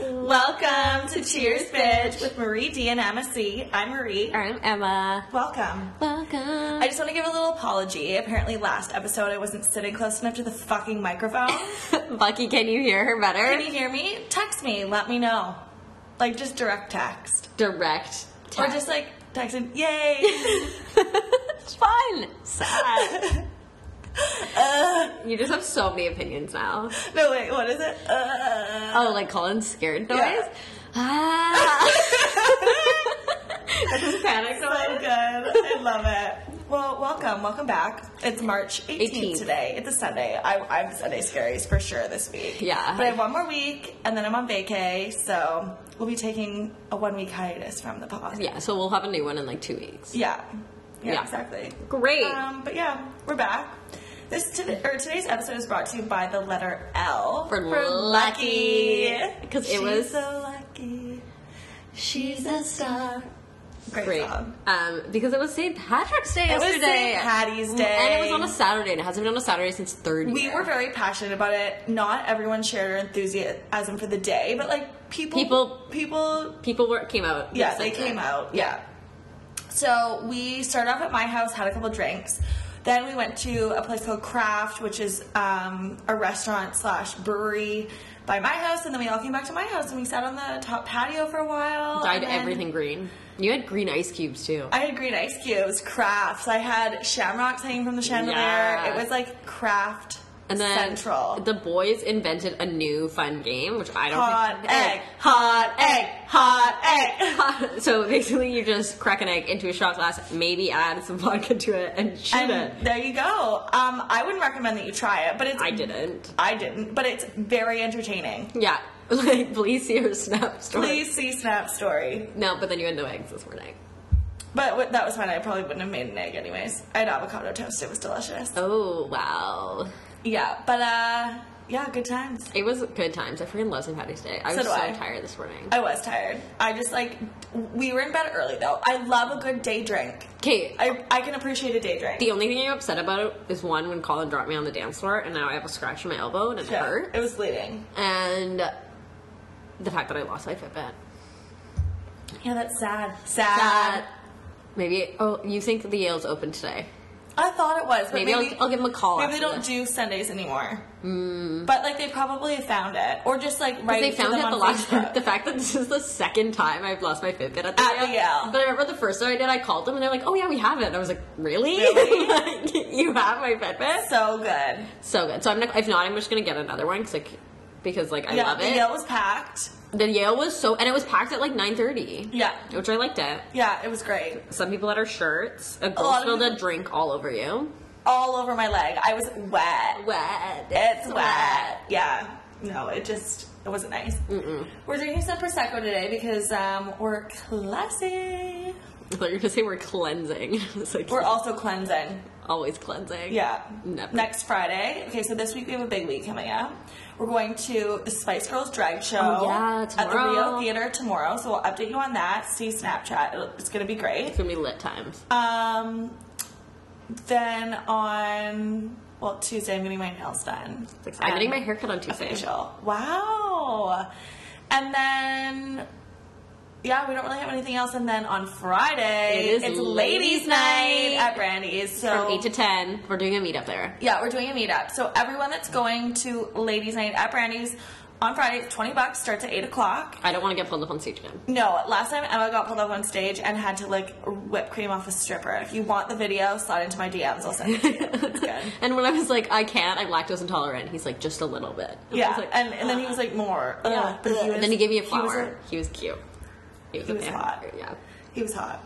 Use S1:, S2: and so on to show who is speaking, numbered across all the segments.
S1: Welcome to Cheers Bitch with Marie D and Emma C. I'm Marie.
S2: I'm Emma.
S1: Welcome.
S2: Welcome.
S1: I just want to give a little apology. Apparently, last episode I wasn't sitting close enough to the fucking microphone.
S2: Bucky, can you hear her better?
S1: Can you hear me? Text me. Let me know. Like, just direct text.
S2: Direct.
S1: Or
S2: text.
S1: just like text and yay.
S2: It's fun. Sad. Uh, you just have so many opinions now.
S1: no, wait, what is it? Uh,
S2: Oh, like Colin's scared noise.
S1: Yeah.
S2: Ah. panic
S1: so good. I love it. Well, welcome. Welcome back. It's March 18th,
S2: 18th.
S1: today. It's a Sunday. I, I'm Sunday scaries for sure this week.
S2: Yeah.
S1: But I have one more week, and then I'm on vacay, so we'll be taking a one week hiatus from the pod.
S2: Yeah, so we'll have a new one in like two weeks.
S1: Yeah. Yeah,
S2: Yeah.
S1: exactly.
S2: Great.
S1: Um, but yeah, we're back. This today, or today's episode is brought to you by the letter L
S2: For Lucky. 'Cause it
S1: She's
S2: was-
S1: so lucky. She's a star. Great,
S2: Great.
S1: song.
S2: Um, because it was St. Patrick's Day
S1: It was
S2: yesterday.
S1: St. Patty's Day.
S2: And it was on a Saturday, and it hasn't been on a Saturday since third
S1: We
S2: year.
S1: were very passionate about it. Not everyone shared our enthusiasm for the day, but like people,
S2: People-
S1: people
S2: People were came out.
S1: Yeah,
S2: this
S1: they
S2: Sunday.
S1: came out. Yeah. So we started off at my house, had a couple drinks. Then we went to a place called Craft, which is um, a restaurant slash brewery by my house. And then we all came back to my house and we sat on the top patio for a while.
S2: Dyed
S1: and then
S2: everything green. You had green ice cubes too.
S1: I had green ice cubes, crafts. I had shamrocks hanging from the chandelier.
S2: Yeah.
S1: It was like craft
S2: and then
S1: central.
S2: the boys invented a new fun game, which I don't
S1: hot
S2: think-
S1: egg, hot egg, hot egg.
S2: Hot- So basically, you just crack an egg into a shot glass, maybe add some vodka to it, and shoot it.
S1: And there you go. Um, I wouldn't recommend that you try it, but it's
S2: I didn't.
S1: I didn't, but it's very entertaining.
S2: Yeah, like please see her snap story.
S1: Please see Snap Story.
S2: No, but then you had no eggs this morning.
S1: But w- that was fine. I probably wouldn't have made an egg anyways. I had avocado toast. It was delicious.
S2: Oh wow,
S1: Yeah, but uh, yeah, good times.
S2: it was good times. I freaking love St. Patty's Day. I
S1: So
S2: was
S1: do
S2: so
S1: I.
S2: tired this morning.
S1: I was tired. I just like we were in bed early though. I love a good day drink.
S2: Okay,
S1: I I can appreciate a day drink.
S2: the only thing I'm upset about is one when Colin dropped me on the dance floor, and now I have a scratch on my elbow and it
S1: Yeah,
S2: hurt.
S1: It was bleeding.
S2: and the fact that I lost my Fitbit.
S1: Yeah, that's sad. Sad.
S2: That maybe oh you think the Yale's open today?
S1: I thought it was. But
S2: Maybe,
S1: maybe,
S2: I'll, I'll give them a call.
S1: Maybe they
S2: after
S1: don't
S2: this. Mm.
S1: do Sundays anymore. But like they probably have found it, or just like right.
S2: They found out
S1: on
S2: the last
S1: Facebook.
S2: the fact that this is the second time I've lost my Fitbit at the,
S1: At the Yale.
S2: But I remember the first time I did, I called them and they're like, "Oh yeah, we have it." And I was like, "Really?
S1: Really?
S2: Like, you have my Fitbit?"
S1: so good.
S2: So good. So I'm not, if not, I'm just gonna get another one because like because like I
S1: yeah,
S2: love
S1: the
S2: it.
S1: Yale was packed.
S2: The Yale was so and it was packed at like 9:30,
S1: Yeah,
S2: which I liked it.
S1: yeah, it was great.
S2: Some people had our shirts. A girl
S1: lot of
S2: spilled a
S1: people-
S2: drink all over you.
S1: All over my leg. I was wet.
S2: wet.
S1: It's wet. Yeah. No, it just it wasn't nice. Mm-mm. We're drinking some prosecco today because um, we're
S2: I
S1: classy.
S2: thought you were gonna say we're cleansing. it's like
S1: We're
S2: we're
S1: also cleansing.
S2: always cleansing.
S1: Yeah.
S2: Never.
S1: Next Friday. Okay, so this week we have a big week coming up. We're going to the Spice Girls drag show
S2: Oh, yeah,
S1: at the Rio
S2: tomorrow.
S1: Theater tomorrow. So we'll update you on that. See Snapchat. It'll- It's going to be great.
S2: It's gonna be lit times.
S1: Um, then on well Tuesday, I'm getting my nails done.
S2: It's exciting. I'm
S1: And
S2: getting my haircut on Tuesday.
S1: facial. Wow. And then yeah, we don't really have anything else. And then on Friday,
S2: It is
S1: it's
S2: ladies'
S1: ladies' night
S2: night.
S1: at Brandy's. So
S2: From E eight to ten, we're doing a meetup there.
S1: yeah, we're doing a meetup. So everyone that's going to ladies' night at Brandy's on Friday, it's twenty bucks. Starts at eight o'clock.
S2: I don't want to get pulled up on stage again.
S1: No, last time Emma got pulled up on stage and had to like whip cream off a stripper. If you want the video, slide into my DMs. I'll send it to you. It's good.
S2: And when I was like, I can't, I'm lactose intolerant. He's like, just a little bit. And I
S1: Yeah,
S2: was like,
S1: and, and then he was like more. Ugh.
S2: yeah.
S1: But he was,
S2: and then he gave me a
S1: He was,
S2: flower.
S1: a-
S2: He was, cute. He was,
S1: He
S2: a
S1: was
S2: fan.
S1: hot.
S2: Yeah.
S1: he was hot.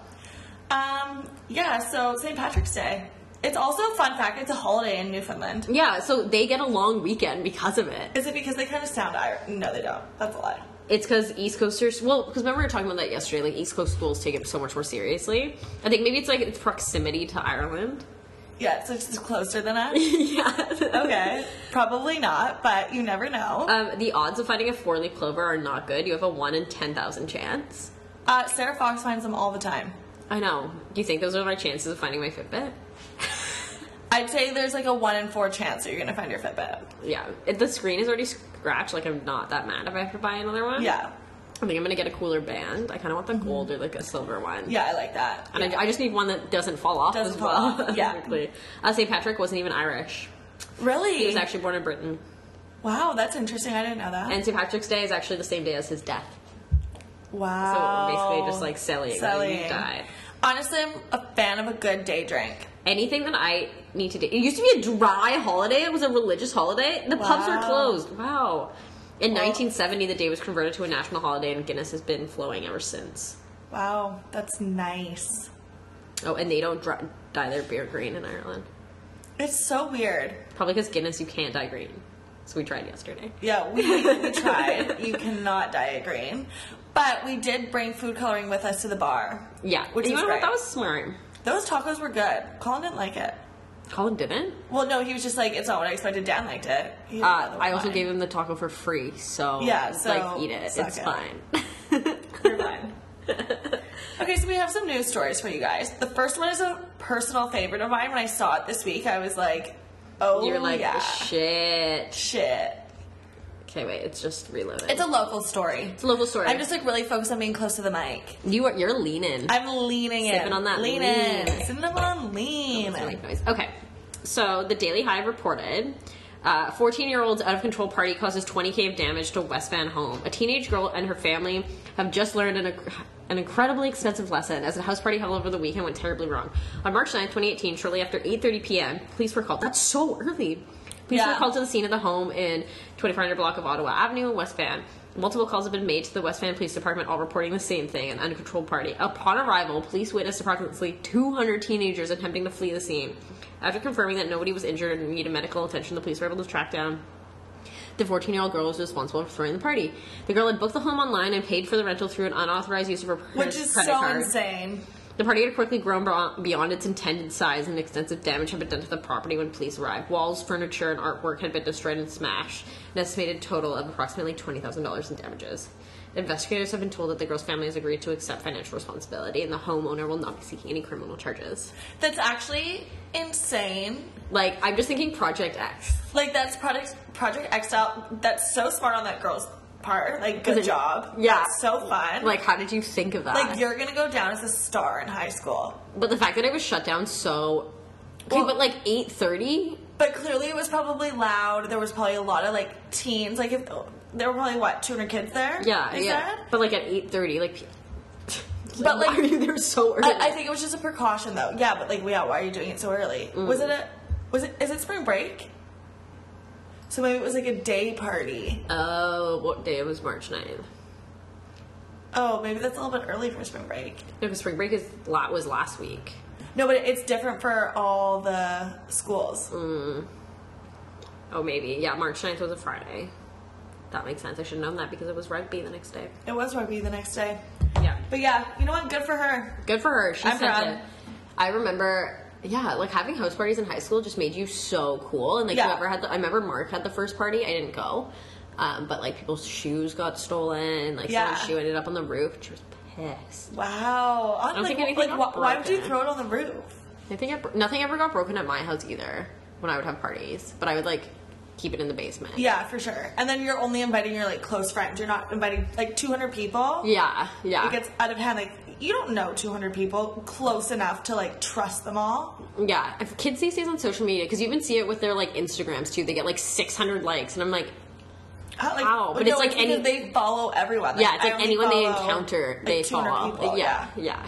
S1: Um, yeah. So St. Patrick's Day. It's also a fun fact. It's a holiday in Newfoundland.
S2: Yeah. So they get a long weekend because of it.
S1: Is it because they kind of sound Irish? No, they don't. That's a lie.
S2: It's because East Coasters. Well, because remember we were talking about that yesterday. Like East Coast schools take it so much more seriously. I think maybe it's like its proximity to Ireland.
S1: Yeah, so it's just closer than us.
S2: yeah.
S1: Okay, probably not, but you never know.
S2: Um, the odds of finding a four-leaf clover are not good. You have a one in ten thousand chance.
S1: Uh, Sarah Fox finds them all the time.
S2: I know. Do you think those are my chances of finding my Fitbit?
S1: I'd say there's like a one in four chance that you're gonna find your Fitbit.
S2: Yeah. It, the screen is already sc- scratch. Like I'm not that mad if I have to buy another one.
S1: Yeah.
S2: I think I'm gonna get a cooler band. I kind of want the gold or like a silver one.
S1: Yeah, I like that.
S2: And I, I just need one that doesn't fall off
S1: Doesn't
S2: as
S1: fall
S2: well.
S1: off, yeah.
S2: Quickly. Uh, St. Patrick wasn't even Irish.
S1: Really?
S2: He was actually born in Britain.
S1: wow, that's interesting. I didn't know that.
S2: And St. Patrick's Day is actually the same day as his death. So
S1: wow.
S2: basically, just like selling, when
S1: Oh. Selling.
S2: you die.
S1: Honestly, I'm a fan of a good day drink.
S2: Anything that I need to do. It used to be a dry holiday. It was a religious holiday. The pubs were
S1: Wow.
S2: closed. Wow. In 1970, the day was converted to a national holiday, and Guinness has been flowing ever since.
S1: Wow, that's nice.
S2: Oh, and they don't dry, dye their beer green in Ireland.
S1: It's so weird.
S2: Probably because Guinness, you can't dye green. So we tried yesterday.
S1: Yeah, we, we tried. You cannot dye it green. But we did bring food coloring with us to the bar.
S2: Yeah.
S1: Which
S2: And you
S1: is
S2: know what?
S1: great.
S2: That was smart.
S1: Those tacos were good. Colin didn't like it.
S2: Colin didn't.
S1: Well, no, he was just like, it's not what I expected. Dan liked it. He didn't
S2: Uh,
S1: know
S2: I also
S1: why.
S2: gave him the taco for free, so
S1: Yeah,
S2: it's
S1: so
S2: like eat it.
S1: suck
S2: It's
S1: it.
S2: fine.
S1: You're fine. okay, so we have some news stories for you guys. The first one is a personal favorite of mine. When I saw it this week, I was like, oh,
S2: You're like
S1: yeah.
S2: shit.
S1: shit.
S2: Okay, wait, it's just reloading.
S1: It's a local story.
S2: It's a local story.
S1: I'm just like really focused on being close to the mic.
S2: you are you're leaning.
S1: I'm leaning in.
S2: Sipping on that
S1: Lean
S2: lean.
S1: in. Sipping on lean.
S2: I like noise. Okay, so the Daily Hive reported. 14 year old's out of control party causes 20k of damage to West Van home. A teenage girl and her family have just learned an, an incredibly expensive lesson as a house party held over the weekend went terribly wrong. On March 9th, 2018, shortly after 8.30 p.m., police were called. That's so early. Police
S1: Yeah.
S2: were called to the scene of the home in 2400 block of Ottawa Avenue in West Van. Multiple calls have been made to the West Van Police Department, all reporting the same thing an uncontrolled party. Upon arrival, police witnessed approximately 200 teenagers attempting to flee the scene. After confirming that nobody was injured and needed medical attention, the police were able to track down the 14 year old girl who was responsible for throwing the party. The girl had booked the home online and paid for the rental through an unauthorized use of her
S1: Which
S2: credit
S1: is so
S2: credit card.
S1: insane.
S2: The party had quickly grown bro- beyond its intended size, and extensive damage had been done to the property when police arrived. Walls, furniture, and artwork had been destroyed and smashed. An estimated total of approximately twenty thousand dollars in damages. Investigators have been told that the girl's family has agreed to accept financial responsibility, and the homeowner will not be seeking any criminal charges.
S1: That's actually insane.
S2: Like, I'm just thinking Project X.
S1: Like that's Project Project X out. That's so smart on that girl's part. Like good
S2: Isn't it-
S1: job.
S2: yeah.
S1: That's so fun.
S2: Like, how did you think of that?
S1: like you're gonna go down as a star in high school.
S2: but the fact that it was shut down so. Okay,
S1: Well-
S2: but like eight thirty.
S1: But clearly, it was probably loud. There was probably a lot of like teens. Like if there were probably what 200 kids there.
S2: Yeah,
S1: they
S2: yeah.
S1: said?
S2: But like at eight thirty, like.
S1: But, like-
S2: why are you there so early?
S1: I, I think it was just a precaution, though. Yeah, but like, yeah, why are you doing it so early?
S2: Mm.
S1: Was it a? Was it? Is it spring break? So maybe it was like a day party.
S2: Oh, what day was March 9th? No,
S1: Oh, maybe that's a little bit early for spring break.
S2: because spring break is la was last week.
S1: No, but it's different for all the schools.
S2: Mm. Oh, maybe. Yeah, March 9th was a Friday. That makes sense. I should have known that because it was rugby the next day.
S1: It was rugby the next day.
S2: Yeah.
S1: But yeah, you know what? Good for her.
S2: Good for her. She
S1: I'm
S2: i
S1: proud.
S2: it. I remember, yeah, like having house parties in high school just made you so cool. And like
S1: Yeah.
S2: whoever had the, I remember Mark had the first party. I didn't go. Um, but like people's shoes got stolen. Like
S1: Yeah.
S2: someone's shoe ended up on the roof. and She was pissed.
S1: Wow. I
S2: don't
S1: like,
S2: think anything
S1: like,
S2: got
S1: wh- why would you
S2: broken.
S1: throw it on the roof?
S2: Nothing, ever, nothing ever got broken at my house either when I would have parties. But I would like keep it in the basement.
S1: Yeah, for sure. And then you're only inviting your like close friends. You're not inviting like 200 people.
S2: Yeah, yeah,
S1: It gets out of hand. Like you don't know 200 people close enough to like trust them all.
S2: yeah. If kids these days on social media, because you even see it with their like Instagrams too. They get like 600 likes, and I'm like,
S1: How, like,
S2: Wow, but it's like
S1: because
S2: any-
S1: they follow everyone.
S2: yeah, it's
S1: I
S2: like
S1: only
S2: anyone they
S1: follow,
S2: encounter,
S1: like,
S2: they
S1: 200
S2: follow.
S1: People.
S2: yeah,
S1: Yeah.
S2: yeah.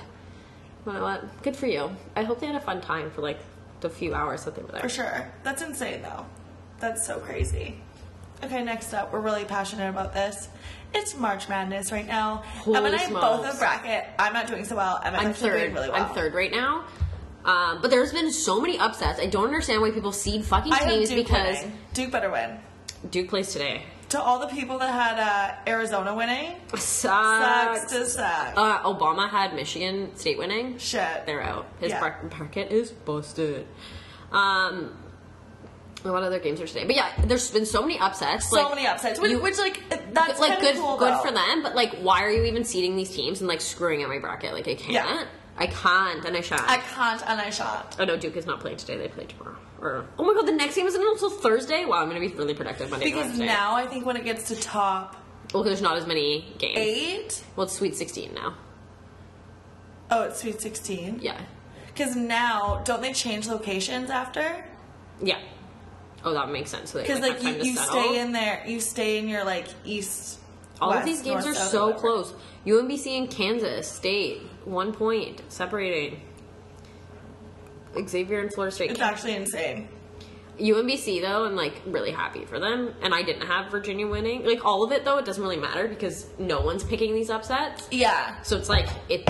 S2: You know what? Good for you. I hope they had a fun time for like the few hours that they were there.
S1: for sure. That's insane though. That's so crazy. Okay, next up, we're really passionate about this. It's March Madness right now. Emma and
S2: Holy
S1: I both
S2: smokes.
S1: a bracket. I'm not doing so well. Emma's
S2: I'm
S1: actually
S2: third.
S1: doing really well.
S2: I'm third right now. Um, but there's been so many upsets. I don't understand why people seed fucking
S1: I have
S2: teams
S1: Duke
S2: because
S1: winning. Duke better win.
S2: Duke plays today.
S1: To all the people that had uh, Arizona winning,
S2: Sucks.
S1: sucks to suck.
S2: Uh, Obama had Michigan State winning.
S1: Shit.
S2: They're out. His
S1: Yeah.
S2: bracket bracket is busted. Um, what other games are today? But yeah, there's been so many upsets.
S1: so many upsets. Which, which like that's
S2: like
S1: kinda
S2: good,
S1: cool,
S2: good
S1: though.
S2: for them. But like, why are you even seeding these teams and like screwing up my bracket? Like, I can't.
S1: Yeah.
S2: I can't. And I shan't.
S1: I can't and I shan't.
S2: oh no, Duke is not playing today. They play tomorrow. Or oh my god, the next game isn't until Thursday. Wow, I'm gonna be really productive Monday. and
S1: Because
S2: Wednesday.
S1: now I think when it gets to top
S2: well, there's not as many games.
S1: eight,
S2: Well, it's Sweet 16 now.
S1: oh, it's Sweet 16.
S2: Yeah,
S1: Because now, don't they change locations after?
S2: yeah. Oh, that makes sense. So they
S1: Because
S2: like,
S1: like
S2: have time
S1: you,
S2: to
S1: you
S2: settle.
S1: stay in there, you stay in your like east.
S2: All
S1: west,
S2: of these games
S1: north,
S2: are
S1: south,
S2: so
S1: whatever.
S2: close. UMBC and Kansas State, one point separating. Xavier and Florida State.
S1: It's actually insane.
S2: UMBC though, I'm like really happy for them, and I didn't have Virginia winning. Like all of it though, it doesn't really matter because no one's picking these upsets.
S1: Yeah,
S2: So it's like it.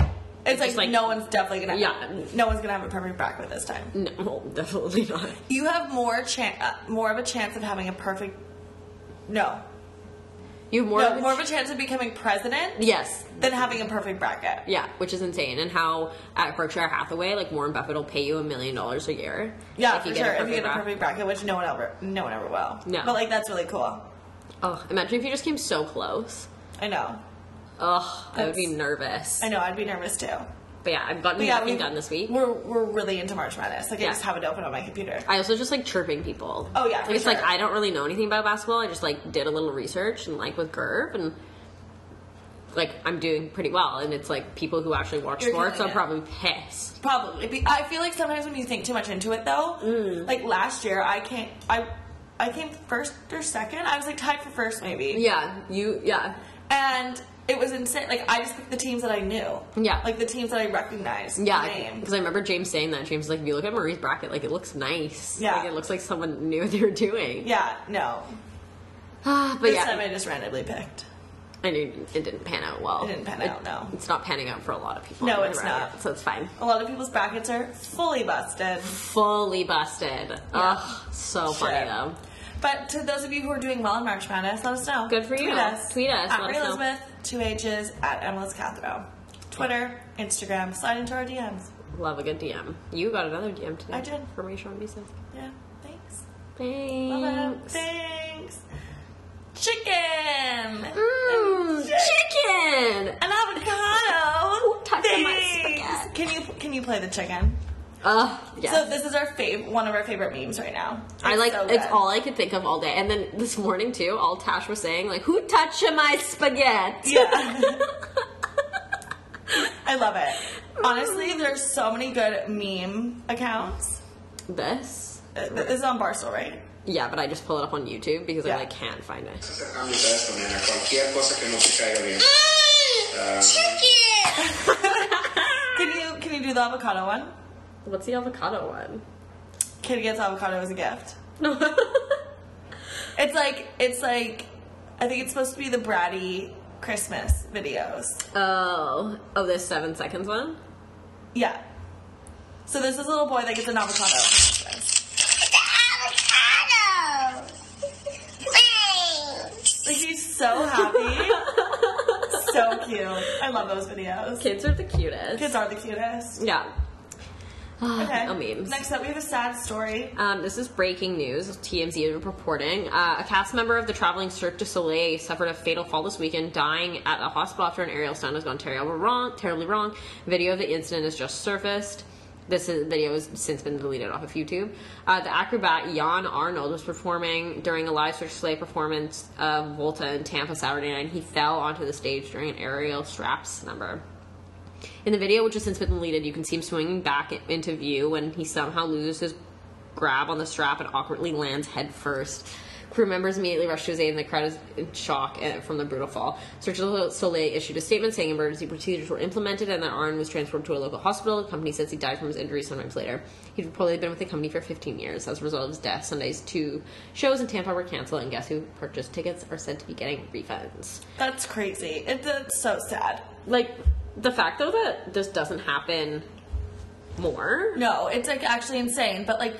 S1: it's like,
S2: just
S1: no one's definitely gonna.
S2: Yeah.
S1: no one's gonna have a perfect bracket this time.
S2: No, definitely not.
S1: You have more chan- uh, more of a chance of having a perfect. No,
S2: You have more.
S1: no,
S2: of a
S1: more of a chance of becoming president
S2: yes.
S1: than having a perfect bracket.
S2: Yeah, which is insane. And how at Berkshire Hathaway, like Warren Buffett will pay you a million dollars a year.
S1: Yeah,
S2: if
S1: for
S2: you get a
S1: sure. If you get a
S2: perfect
S1: perfect bracket, which no one ever, no one ever will.
S2: No.
S1: but like that's really cool.
S2: Oh, imagine if you just came so close.
S1: I know,
S2: Ugh, I would be
S1: That's-
S2: nervous.
S1: I know. I'd be nervous too.
S2: But yeah, I've gotten
S1: But yeah,
S2: nothing
S1: we
S2: done this week.
S1: We're we're really into March Madness. Like I
S2: Yeah.
S1: just have it open on my computer.
S2: I also just like chirping people.
S1: Oh, yeah,
S2: Like,
S1: for
S2: it's like
S1: sure.
S2: I don't really know anything about basketball. I just like did a little research and like with Gerv and like I'm doing pretty well. And it's like people who actually watch
S1: You're
S2: sports are
S1: killing
S2: probably
S1: it.
S2: pissed.
S1: Probably. Be- I feel like sometimes when you think too much into it, though,
S2: Mm.
S1: like last year, I can't. I I came first or second. I was like tied for first, maybe.
S2: Yeah, you. Yeah,
S1: And it was insane. Like I just picked the teams that I knew.
S2: Yeah.
S1: Like the teams that I recognized. the
S2: yeah.
S1: names.
S2: Because I remember James saying that. James was like, if you look at Marie's bracket, like it looks nice.
S1: Yeah.
S2: like, it looks like someone knew what they were doing.
S1: Yeah. No.
S2: Ah, but
S1: This
S2: yeah,
S1: time I just randomly picked.
S2: I knew it didn't pan out well.
S1: It didn't pan out, no.
S2: It's not panning out for a lot of people.
S1: No,
S2: on my
S1: it's
S2: bracket,
S1: not.
S2: So it's fine.
S1: A lot of people's brackets are fully busted.
S2: fully busted. Ugh, so funny
S1: Shit.
S2: though.
S1: But to those of you who are doing well in March Madness, let us know.
S2: Good for you.
S1: Tweet us.
S2: Tweet us,
S1: At
S2: let us
S1: Marie
S2: know.
S1: Elizabeth, two H's, at Emily's Cathro. Twitter, Instagram, slide into our DMs.
S2: Love a good DM. You got another DM today.
S1: I did.
S2: From Rachel and Mason.
S1: Yeah, thanks. Love it.
S2: Thanks.
S1: Thanks. Chicken.
S2: Mmm,
S1: Shit.
S2: chicken!
S1: An avocado.
S2: Ooh, touch of my
S1: Thanks.
S2: spaghetti.
S1: Can you can you play the chicken?
S2: Ugh, yes.
S1: So this is our fav one of our favorite memes right now.
S2: I like
S1: so
S2: it's
S1: good.
S2: all I could think of all day, and then this morning too, all Tash was saying like, "Who touched my spaghetti?"
S1: Yeah. I love it. Honestly, there's so many good meme accounts.
S2: This,
S1: Uh, This is on Barstool, right?
S2: yeah, but I just pull it up on YouTube because
S1: Yeah.
S2: I like can't find it.
S3: A mi pedazo, nena, cualquier cosa que no te caiga bien. Ah,
S1: Can you can you do the avocado one?
S2: What's the avocado one?
S1: Kid gets avocado as a gift. It's like it's like I think it's supposed to be the bratty Christmas videos.
S2: oh, oh, this seven seconds one.
S1: Yeah. So there's this little boy that gets an avocado.
S4: avocado. Thanks.
S1: Like he's so happy. so cute. I love those videos.
S2: Kids are the cutest.
S1: Kids are the cutest.
S2: Yeah.
S1: Okay.
S2: Oh, memes.
S1: Next up, we have a sad story.
S2: Um, this is breaking news. TMZ is reporting. Uh, a cast member of the traveling Cirque du Soleil suffered a fatal fall this weekend, dying at a hospital after an aerial stunt has gone terribly wrong. Terribly wrong. Video of the incident has just surfaced. This is, video has since been deleted off of YouTube. Uh, the acrobat Jan Arnold was performing during a live Cirque du Soleil performance of Volta in Tampa Saturday night. He fell onto the stage during an aerial straps number. In the video, which has since been deleted, you can see him swinging back into view when he somehow loses his grab on the strap and awkwardly lands head first. Crew members immediately rush to his aid, and the crowd is in shock eh, from the brutal fall. Sergio Soleil issued a statement saying emergency procedures were implemented and that Arn was transported to a local hospital. The company says he died from his injuries sometimes later. He'd reportedly been with the company for 15 years. As a result of his death, Sunday's two shows in Tampa were canceled, and guess who purchased tickets are said to be getting refunds
S1: That's crazy. It's, it's so sad.
S2: like the fact though that this doesn't happen more
S1: No, it's like actually insane. But like,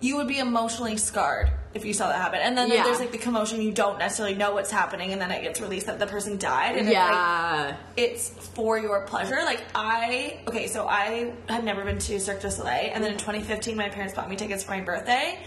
S1: you would be emotionally scarred if you saw that happen. And then
S2: Yeah.
S1: there's like the commotion. You don't necessarily know what's happening, and then it gets released that the person died. And it's like,
S2: yeah
S1: it's for your pleasure. Like I okay, so I had never been to Cirque du Soleil, and then in 2015, my parents bought me tickets for my birthday,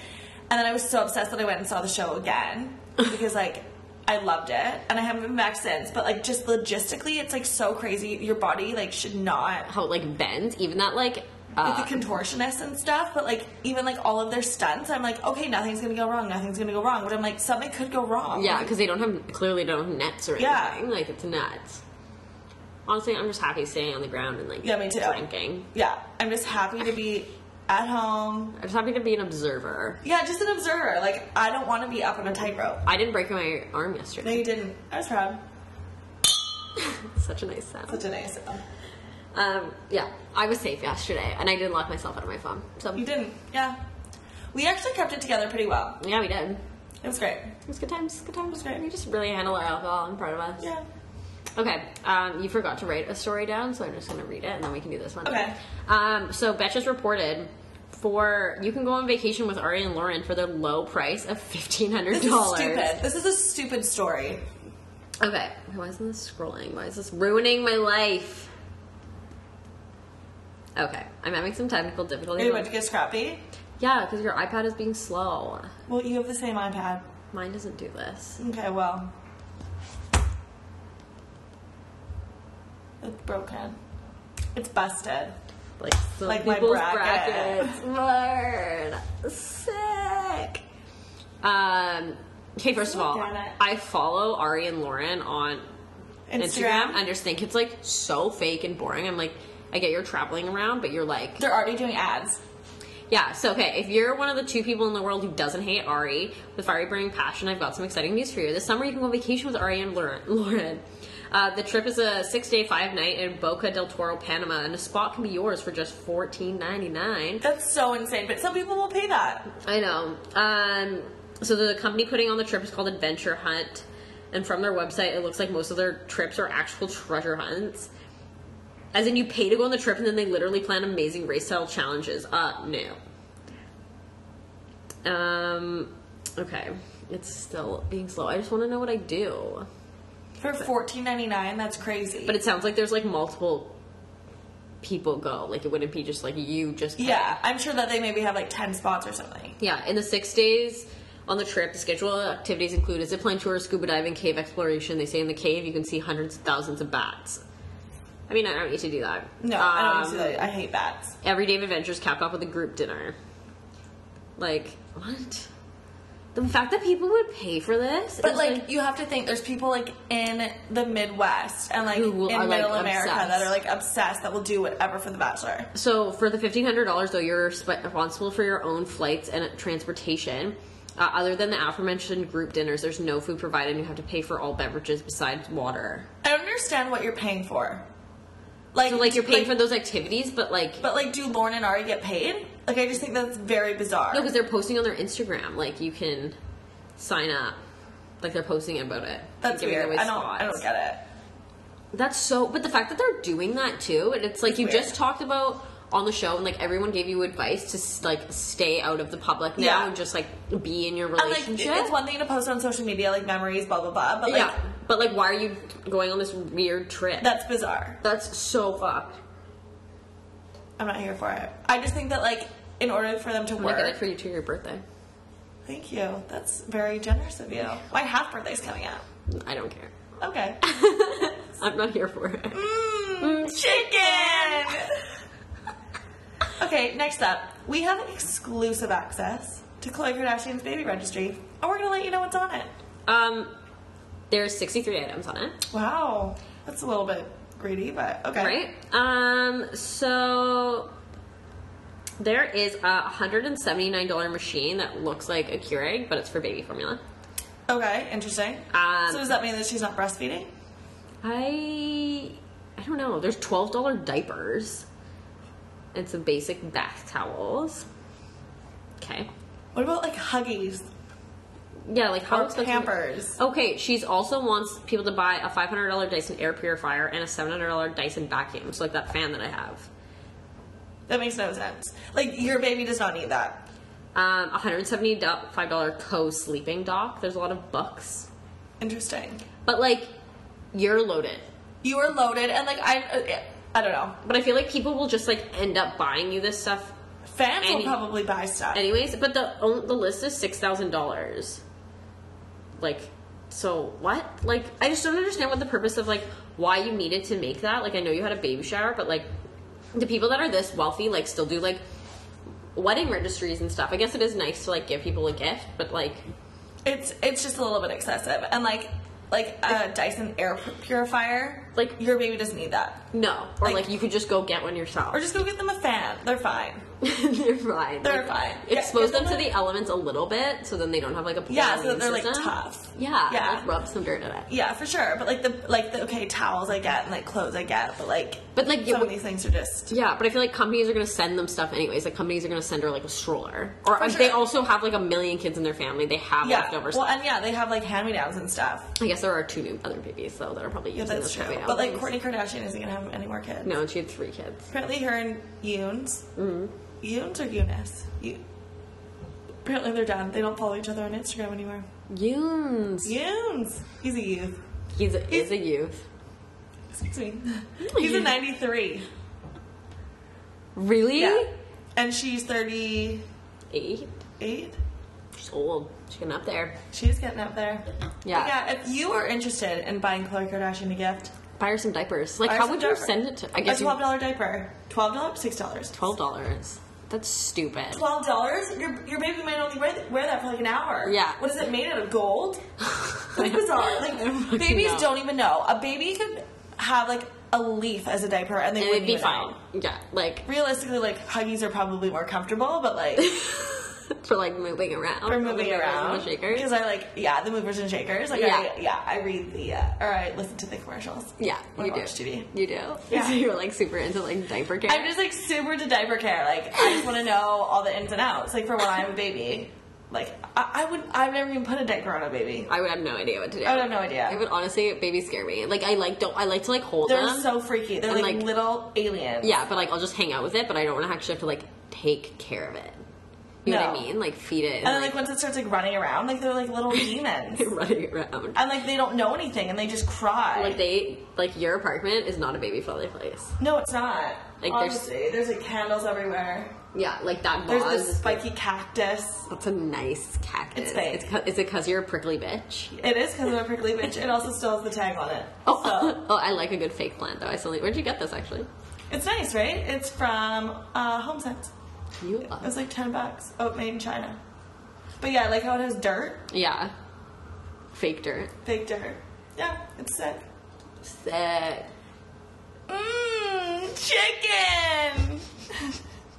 S1: and then I was so obsessed that I went and saw the show again because like I loved it, and I haven't been back since. But like just logistically, it's like so crazy. Your body like should not.
S2: how it like uh, bends even that like
S1: like the contortionists and stuff, but like even like all of their stunts, I'm like, okay, nothing's gonna go wrong, nothing's gonna go wrong. But I'm like, something could go wrong.
S2: Yeah, because they don't have clearly don't have nets or anything.
S1: Yeah.
S2: Like it's nuts. Honestly, I'm just happy staying on the ground and like
S1: Yeah, me too.
S2: drinking.
S1: yeah. I'm just happy to be at home.
S2: I'm just happy to be an observer.
S1: Yeah, just an observer. Like I don't want to be up on a tightrope.
S2: I didn't break my arm
S1: No,
S2: yesterday.
S1: you didn't. I was proud.
S2: Such a nice sound.
S1: Such a nice. sound.
S2: Um, yeah, I was safe yesterday, and I didn't lock myself out of my phone. So
S1: You didn't. Yeah. We actually kept it together pretty well.
S2: yeah, we did.
S1: It was great.
S2: It was good times. Good times.
S1: great.
S2: We just really handle our alcohol. I'm proud of us.
S1: Yeah.
S2: Okay, um, you forgot to write a story down, so I'm just gonna read it and then we can do this one.
S1: Okay.
S2: Um, so Betches reported for you can go on vacation with Ari and Lauren for the low price of fifteen hundred
S1: This is
S2: dollars.
S1: stupid. This is a stupid story.
S2: Okay, why isn't this scrolling? Why is this ruining my life? Okay, I'm having some technical difficulties.
S1: You went to get scrappy.
S2: yeah, because your iPad is being slow.
S1: Well, you have the same iPad.
S2: Mine doesn't do this.
S1: Okay, well. It's broken. It's busted.
S2: Like, the
S1: Like my
S2: people's
S1: bracket.
S2: brackets. Word. Sick. Um, okay, first of all,
S1: Look at it.
S2: I follow Ari and Lauren on Instagram.
S1: Instagram.
S2: I just think it's like so fake and boring. I'm like, I get you're traveling around, but you're like,
S1: They're already doing ads.
S2: yeah. So okay, if you're one of the two people in the world who doesn't hate Ari with fiery burning passion, I've got some exciting news for you. This summer you can go on vacation with Ari and Lauren. Lauren. Uh, the trip is a six-day, five-night in Boca del Toro, Panama, and a spot can be yours for just fourteen ninety-nine.
S1: That's so insane, but some people will pay that.
S2: I know. Um, so the company putting on the trip is called Adventure Hunt, and from their website, it looks like most of their trips are actual treasure hunts. As in, you pay to go on the trip, and then they literally plan amazing race style challenges. Uh, no. Um, okay, it's still being slow. I just want to know what I do.
S1: For fourteen ninety nine, that's crazy.
S2: But it sounds like there's like multiple people go. Like it wouldn't be just like you just pay.
S1: yeah, I'm sure that they maybe have like ten spots or something.
S2: Yeah, in the six days on the trip, the scheduled activities include a zipline tour, scuba diving, cave exploration. They say in the cave you can see hundreds of thousands of bats. I mean, I don't need to do that.
S1: No, I don't
S2: Um,
S1: want to do that. I hate bats.
S2: Everyday adventures capped off with a group dinner. Like what? The fact that people would pay for this,
S1: But
S2: is,
S1: like, you have to think there's people like in the Midwest and like
S2: Who will-
S1: in
S2: are, like,
S1: middle America
S2: obsessed.
S1: that are like obsessed that will do whatever for the bachelor.
S2: so for the fifteen hundred dollars though, you're sp- responsible for your own flights and transportation. Uh, other than the aforementioned group dinners, there's no food provided, and you have to pay for all beverages besides water.
S1: I don't understand what you're paying for. Like,
S2: So like you're paying
S1: like-
S2: for those activities, but like
S1: But like, do Lauren and Ari get paid? Like, I just think that's very bizarre.
S2: no, because they're posting on their Instagram. Like you can sign up. Like they're posting about it.
S1: that's
S2: Giving
S1: weird.
S2: away
S1: I don't. I
S2: spots.
S1: don't get it.
S2: That's so. But the fact that they're doing that too, and it's like you
S1: weird.
S2: just talked about on the show, and like everyone gave you advice to s- like stay out of the public now
S1: Yeah.
S2: and just like be in your
S1: And like,
S2: relationship.
S1: it's one thing to post on social media like memories, blah blah blah. But like,
S2: yeah, but like why are you going on this weird trip?
S1: that's bizarre.
S2: That's so fucked.
S1: I'm not here for it. I just think that like, in order for them to
S2: I'm gonna
S1: work,
S2: get it for you to your birthday.
S1: thank you. That's very generous of you. My half birthday's coming up.
S2: I don't care.
S1: Okay.
S2: I'm not here for it.
S1: Mm, chicken. okay, next up, we have exclusive access to Khloe Kardashian's baby registry, and we're gonna let you know what's on it.
S2: Um, there's 63 items on it,
S1: Wow, that's a little bit greedy, but okay.
S2: right? Um, so there is a $179 machine that looks like a Keurig, but it's for baby formula.
S1: Okay, interesting.
S2: Um,
S1: so does that mean that she's not breastfeeding?
S2: I I don't know. There's $12 diapers and some basic bath towels. Okay.
S1: What about like Huggies
S2: Yeah, like how
S1: or
S2: expensive?
S1: Pampers?
S2: Okay, she's also wants people to buy a $500 Dyson air purifier and a $700 Dyson vacuum. So like that fan that I have.
S1: That makes no sense. Like your baby does not need that.
S2: Um, $175 co sleeping dock. There's a lot of books.
S1: Interesting.
S2: But like, you're loaded.
S1: You are loaded, and like I, I don't know.
S2: But I feel like people will just like end up buying you this stuff
S1: Fans
S2: Any-
S1: will probably buy stuff.
S2: anyways. But the on- the list is $6,000. Like, so what? Like, I just don't understand what the purpose of like why you needed to make that. Like, I know you had a baby shower, but like, the people that are this wealthy like still do like wedding registries and stuff. I guess it is nice to like give people a gift, but like
S1: It's it's just a little bit excessive, and like like a Dyson air purifier,
S2: Like-
S1: your baby doesn't need that,
S2: no, or like,
S1: Like-
S2: you could just go get one yourself.
S1: or just go get them a fan. They're fine.
S2: they're fine.
S1: They're
S2: Like,
S1: fine. Yeah,
S2: Expose
S1: give
S2: them to
S1: a-
S2: the elements a little bit, so then they don't have like a poor
S1: Yeah, so that
S2: immune
S1: they're, like,
S2: system.
S1: tough.
S2: Yeah,
S1: Yeah.
S2: Like, rub some dirt in it.
S1: Yeah, for sure. But like the like the okay towels I get and like clothes I get, but like
S2: But, like, you
S1: some of
S2: would-
S1: these things are just
S2: Yeah, but I feel like companies are gonna send them stuff anyways. Like companies are gonna send her like a stroller, or
S1: For
S2: uh, they
S1: sure.
S2: also have like a million kids in their family. They have
S1: yeah.
S2: leftover
S1: Well,
S2: stuff.
S1: and yeah, they have like hand me downs and stuff.
S2: I guess there are two new other babies though that are probably
S1: Yeah,
S2: using
S1: that's
S2: this
S1: true.
S2: right now.
S1: But like Kourtney Kardashian isn't gonna have any more kids.
S2: no, and she had three kids.
S1: Apparently, her and Yoons,
S2: Mm-hmm.
S1: Yoons or Eunice, you. Apparently, they're done. They don't follow each other on Instagram anymore.
S2: Yoons,
S1: Yoons, he's a youth.
S2: he's a, is a youth.
S1: Excuse me. He's a ninety-three.
S2: Really?
S1: Yeah, and she's thirty-eight.
S2: Eight. She's old. She's getting up there.
S1: She's getting up there.
S2: Yeah.
S1: But yeah. If you are interested in buying Khloe Kardashian a gift,
S2: Buy her some diapers. Like,
S1: buy her
S2: how
S1: some
S2: would you
S1: diaper-
S2: send it to? I
S1: a
S2: guess you
S1: twelve dollar diaper. Twelve dollars, six dollars.
S2: twelve dollars. That's stupid.
S1: Twelve dollars? Your your baby might only wear, wear that for like an hour.
S2: Yeah.
S1: What is it made out of? Gold? That's bizarre.
S2: I don't
S1: Like
S2: fucking
S1: babies
S2: know.
S1: don't even know. A baby could have like a leaf as a diaper and they
S2: It
S1: wouldn't
S2: would be
S1: even
S2: fine.
S1: know.
S2: Yeah, like
S1: Realistically, like huggies are probably more comfortable, but like
S2: for like moving around.
S1: we're moving
S2: The shakers and
S1: around
S2: The shakers.
S1: because I like yeah the movers and shakers. Like
S2: Yeah.
S1: I, yeah, I read the uh, or I listen to the commercials.
S2: Yeah,
S1: when
S2: you
S1: I
S2: do.
S1: watch TV.
S2: You do.
S1: Yeah.
S2: So you're like super into like diaper care.
S1: I'm just like super to diaper care. Like I just want to know all the ins and outs. Like for when I'm a baby, like I, I would I've never even put a diaper on a baby.
S2: I would have no idea what to do.
S1: I would have no idea.
S2: I would honestly, babies scare me. Like I like don't. I like to like hold
S1: They're
S2: them.
S1: so freaky. They're
S2: And,
S1: like,
S2: like-
S1: little aliens.
S2: yeah, but like I'll just hang out with it, but I don't want to actually have to like take care of it. You know what I
S1: No.
S2: mean? Like feed it and,
S1: And then like once it starts like running around, like they're like little demons.
S2: like, running around.
S1: And like they don't know anything and they just cry.
S2: like they like your apartment is not a baby friendly place.
S1: no, it's not.
S2: Like,
S1: Like
S2: there's-
S1: Obviously, there's, like candles everywhere.
S2: Yeah, like that
S1: There's
S2: vase.
S1: this spiky cactus.
S2: that's a nice cactus.
S1: It's fake.
S2: It's cu- is it because you're a prickly bitch?
S1: It is because of a prickly bitch. It also still has the tag on it.
S2: Oh,
S1: So,
S2: oh, I like a good fake plant though. I still need- where'd you get this actually?
S1: it's nice, right? It's from uh, HomeSense.
S2: You
S1: It was like ten bucks. Oh, made in China. But yeah, I like how it has dirt,
S2: yeah, fake dirt.
S1: fake dirt. Yeah, it's sick.
S2: Sick.
S1: Mmm, chicken.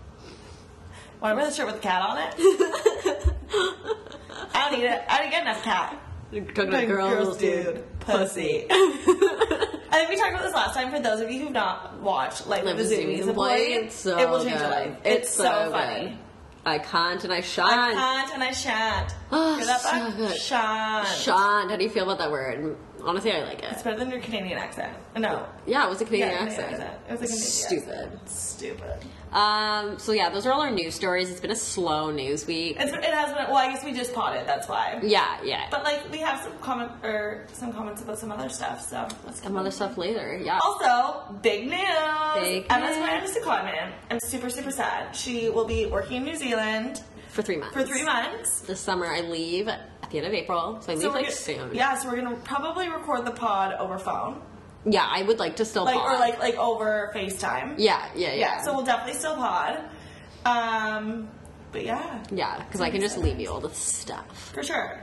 S1: Want to wear the shirt with a cat on it? I don't need it. I didn't get enough cat.
S2: You're Talking about girls, dude.
S1: pussy. I think we talked about this last time. For those of you who've not watched, like
S2: Live
S1: the
S2: is doing
S1: Zoomies
S2: the boy. It's so
S1: it will change
S2: good.
S1: your life.
S2: It's,
S1: It's,
S2: so,
S1: so, funny.
S2: good. I can't and I
S1: I
S2: shan't.
S1: can't and I shan't.
S2: Oh,
S1: Hear that
S2: so
S1: back?
S2: good.
S1: Shan't.
S2: Shan't. How do you feel about that word? Honestly, I like
S1: It's
S2: it.
S1: better than your Canadian accent. No.
S2: Yeah, it was a Canadian
S1: Yeah, Canadian
S2: accent.
S1: accent. It was a Canadian
S2: Stupid.
S1: Stupid.
S2: Um, so yeah, those are all our news stories. It's been a slow news week.
S1: It's, it has been. Well, I guess we just potted. That's why.
S2: yeah, yeah.
S1: But like, we have some comment or some comments about some other stuff. So let's
S2: Some other stuff later. Yeah.
S1: Also, big news.
S2: Big
S1: Emma's
S2: news.
S1: going to Secondment. I'm super super sad. She will be working in New Zealand
S2: For three months.
S1: for three months.
S2: This summer I leave at the end of April, so I leave
S1: we're
S2: like
S1: gonna-
S2: soon.
S1: Yeah, so we're gonna probably record the pod over phone,
S2: Yeah, I would like to still
S1: like
S2: pod.
S1: or like like over Facetime.
S2: Yeah, yeah, yeah.
S1: yeah. So we'll definitely still pod. Um, but yeah.
S2: yeah, because I can just leave you all the stuff.
S1: For sure.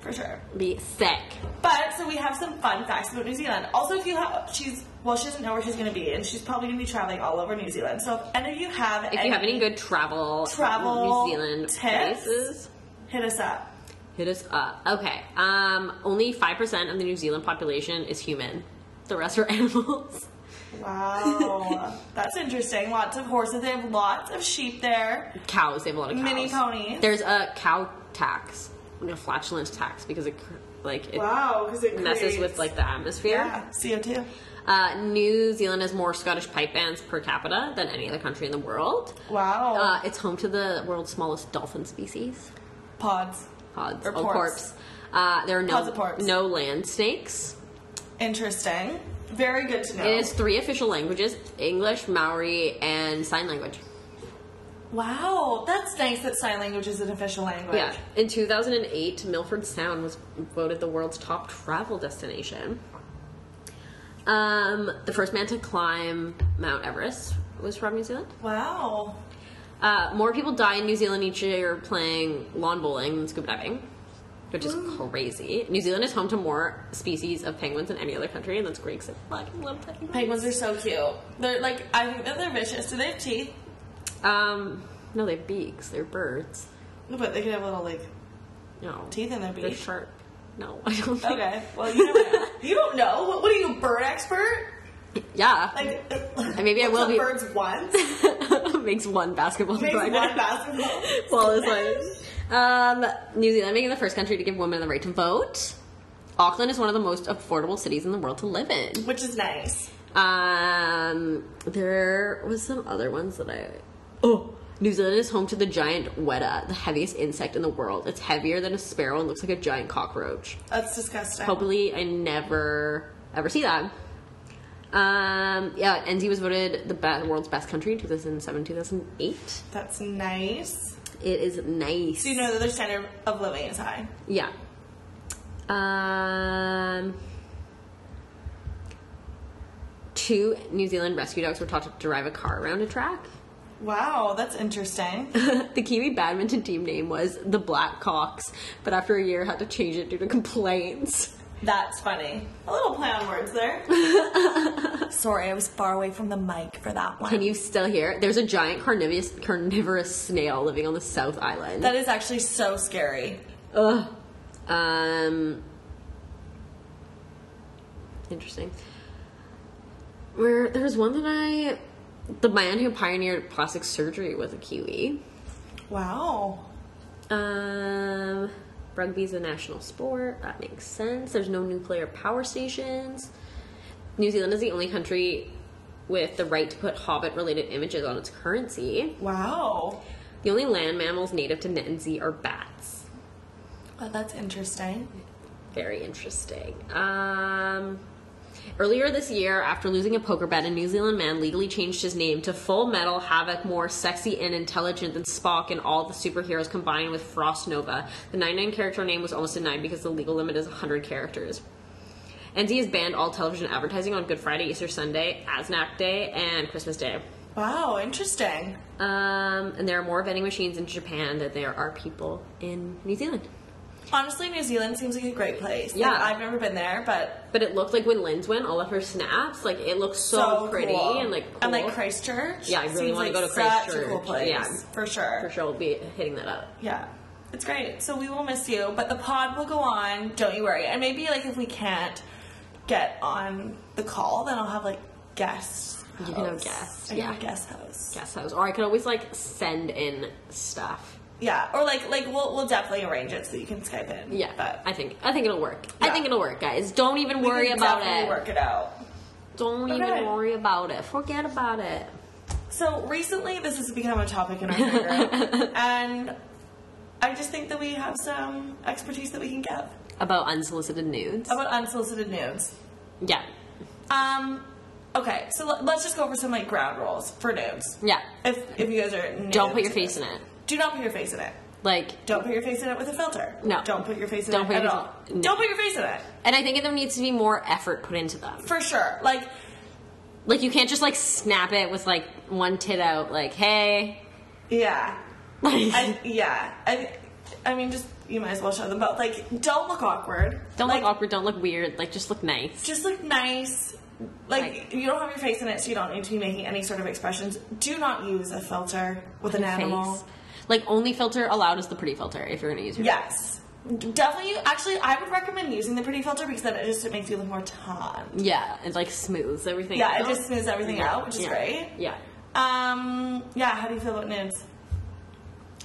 S1: For sure.
S2: Be sick.
S1: But so we have some fun facts about New Zealand. Also, if you have, she's well, she doesn't know where she's going to be, and she's probably going to be traveling all over New Zealand. So if any of you have,
S2: If you have any good travel uh,
S1: Travel
S2: New Zealand
S1: tips?
S2: places,
S1: hit us up.
S2: hit us up. Okay. Um, only five percent of the New Zealand population is human. The rest are animals.
S1: Wow, that's interesting. Lots of horses. They have lots of sheep there.
S2: Cows. They have a lot of cows.
S1: Mini ponies.
S2: There's a cow tax, like a flatulence tax, because it cr- like it
S1: Wow, because it
S2: messes with
S1: creates-
S2: like the atmosphere.
S1: yeah, CO two.
S2: Uh, New Zealand has more Scottish pipe bands per capita than any other country in the world.
S1: Wow,
S2: Uh, it's home to the world's smallest dolphin species,
S1: pods.
S2: pods
S1: Or
S2: oh,
S1: porps.
S2: porps. Uh, there are
S1: Pods
S2: no
S1: of porps.
S2: no land snakes.
S1: Interesting. Very good to know.
S2: It has three official languages: English, Maori, and sign language.
S1: Wow, that's nice that sign language is an official language.
S2: Yeah. In 2008, Milford Sound was voted the world's top travel destination. Um, the first man to climb Mount Everest was from New Zealand.
S1: Wow.
S2: Uh, more people die in New Zealand each year playing lawn bowling than scuba diving, which is crazy. New Zealand is home to more species of penguins than any other country, and that's great because I fucking love penguins.
S1: Penguins are so cute. They're like, I think that they're vicious. Do they have teeth?
S2: Um, no, they have beaks. They're birds.
S1: No, but they could have little like
S2: No,
S1: teeth in their
S2: They're
S1: beak.
S2: sharp. No, I don't think.
S1: Okay. Well, you never know. you don't know. What, what are you, a bird expert?
S2: Yeah,
S1: Like,
S2: maybe I
S1: looked
S2: will
S1: up
S2: be.
S1: birds once.
S2: makes one basketball.
S1: Makes one
S2: player.
S1: basketball.
S2: well, it's like um, New Zealand making the first country to give women the right to vote. Auckland is one of the most affordable cities in the world to live in.
S1: Which is nice.
S2: Um, there was some other ones that I. Oh, New Zealand is home to the giant weta, the heaviest insect in the world. It's heavier than a sparrow and looks like a giant cockroach.
S1: That's disgusting.
S2: Hopefully, I never ever see that. Um, yeah, NZ was voted the be- world's best country in 2007 2008.
S1: That's nice.
S2: It is nice.
S1: So you know that their standard of living is high.
S2: Yeah. Um, two New Zealand rescue dogs were taught to drive a car around a track.
S1: Wow, that's interesting.
S2: the Kiwi badminton team name was the Blackhawks, but after a year had to change it due to complaints.
S1: That's funny. A little play on words there. Sorry, I was far away from the mic for that one.
S2: Can you still hear? There's a giant carnivorous, carnivorous snail living on the South Island.
S1: That is actually so scary.
S2: Ugh. Um. Interesting. Where there was one that I, the man who pioneered plastic surgery was a Kiwi.
S1: Wow.
S2: Um, rugby's a national sport. That makes sense. There's no nuclear power stations. New Zealand is the only country with the right to put Hobbit-related images on its currency.
S1: Wow.
S2: The only land mammals native to Nenzi are bats.
S1: Well, that's interesting.
S2: Very interesting. Um, earlier this year, after losing a poker bet, a New Zealand man legally changed his name to Full Metal Havoc, more sexy and intelligent than Spock and all the superheroes combined with Frost Nova. The 99 character name was almost denied because the legal limit is 100 characters. NZ has banned all television advertising on Good Friday, Easter Sunday, ASNAC Day, and Christmas Day.
S1: Wow, interesting.
S2: Um, and there are more vending machines in Japan than there are people in New Zealand.
S1: Honestly, New Zealand seems like a great place. Like,
S2: Yeah.
S1: I've never been there, but
S2: But it looked like when Linz went, all of her snaps, like it looked so,
S1: so,
S2: pretty
S1: cool.
S2: and like cool.
S1: and like Christchurch.
S2: Yeah, I really
S1: seems
S2: wanna
S1: like
S2: go to
S1: Such a cool
S2: Christchurch.
S1: place.
S2: Yeah.
S1: for sure.
S2: For sure, we'll be hitting that up.
S1: Yeah. It's great. So we will miss you, but the pod will go on. Don't you worry. And maybe like if we can't get on the call, then I'll have like guests.
S2: You can have
S1: hosts.
S2: guests,
S1: I can
S2: yeah.
S1: have guest hosts.
S2: Guest house, or I could always like send in stuff.
S1: Yeah. Or like like we'll we'll definitely arrange it so you can Skype in.
S2: Yeah,
S1: But
S2: I think I think it'll work. I
S1: Yeah.
S2: think it'll work, guys. Don't even
S1: we
S2: worry
S1: can
S2: about
S1: definitely
S2: it.
S1: Work it out.
S2: Don't
S1: Okay.
S2: even worry about it. Forget about it.
S1: So recently, this has become a topic in our friend group, and I just think that we have some expertise that we can give
S2: About unsolicited nudes.
S1: about unsolicited nudes.
S2: yeah,
S1: Um, okay, so l- let's just go over some like ground rules for nudes.
S2: yeah.
S1: If if you guys are nudes,
S2: Don't put your face in it.
S1: Do not put your face in it.
S2: Like,
S1: Don't put your face in it with a filter.
S2: No.
S1: Don't put your face in
S2: Don't
S1: it
S2: put
S1: at
S2: your
S1: all.
S2: face in- no.
S1: Don't put your face in it
S2: and I think there needs to be more effort put into them.
S1: for sure. Like
S2: Like, you can't just like snap it with like one tit out. Like, hey.
S1: yeah,
S2: Like,
S1: I, yeah. I I mean, just you might as well show them both. Like don't look awkward.
S2: Don't
S1: like,
S2: look awkward. Don't look weird. Like just look nice.
S1: Just look nice. Like
S2: Like-
S1: you don't have your face in it, so you don't need to be making any sort of expressions. Do not use a filter with an
S2: Your
S1: animal.
S2: Face. Like only filter allowed is the pretty filter if you're gonna use your
S1: Yes. Definitely. Actually, I would recommend using the pretty filter because then it just it makes you look more toned.
S2: Yeah, it like smooths everything.
S1: Yeah, it
S2: out.
S1: just smooths everything out, which is
S2: yeah.
S1: great.
S2: Yeah,
S1: Um. Yeah. How do you feel about nudes?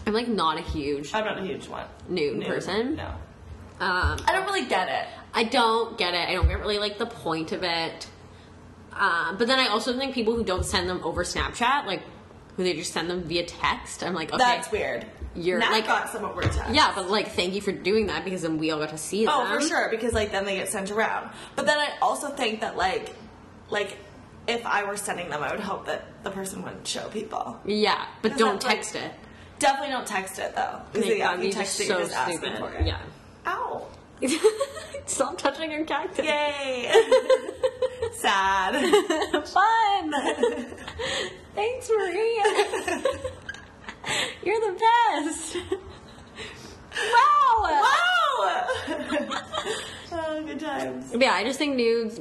S2: I'm like not a huge.
S1: I'm not a huge one.
S2: Nude person?
S1: No.
S2: Um,
S1: I don't really get it.
S2: I don't get it. I don't get really like the point of it. Um, but then I also think people who don't send them over Snapchat, like who they just send them via text. I'm like, okay,
S1: That's weird.
S2: You're,
S1: Now I
S2: like-
S1: got some over text.
S2: yeah, but like thank you for doing that because then we all got to see
S1: Oh,
S2: them.
S1: for sure. Because like then they get sent around. But then I also think that like, like, if I were sending them, I would hope that the person wouldn't show people.
S2: Yeah, but
S1: Because
S2: don't
S1: that's, like,
S2: text it.
S1: Definitely don't text it though. Because
S2: Like,
S1: yeah,
S2: that'd
S1: if you
S2: be
S1: text
S2: just
S1: it,
S2: so
S1: you're just asking
S2: stupid.
S1: for it.
S2: Yeah.
S1: Ow.
S2: Stop touching your cactus.
S1: Yay. Sad.
S2: Fun. Thanks, Maria. You're the best. wow.
S1: oh, good times.
S2: Yeah, I just think nudes.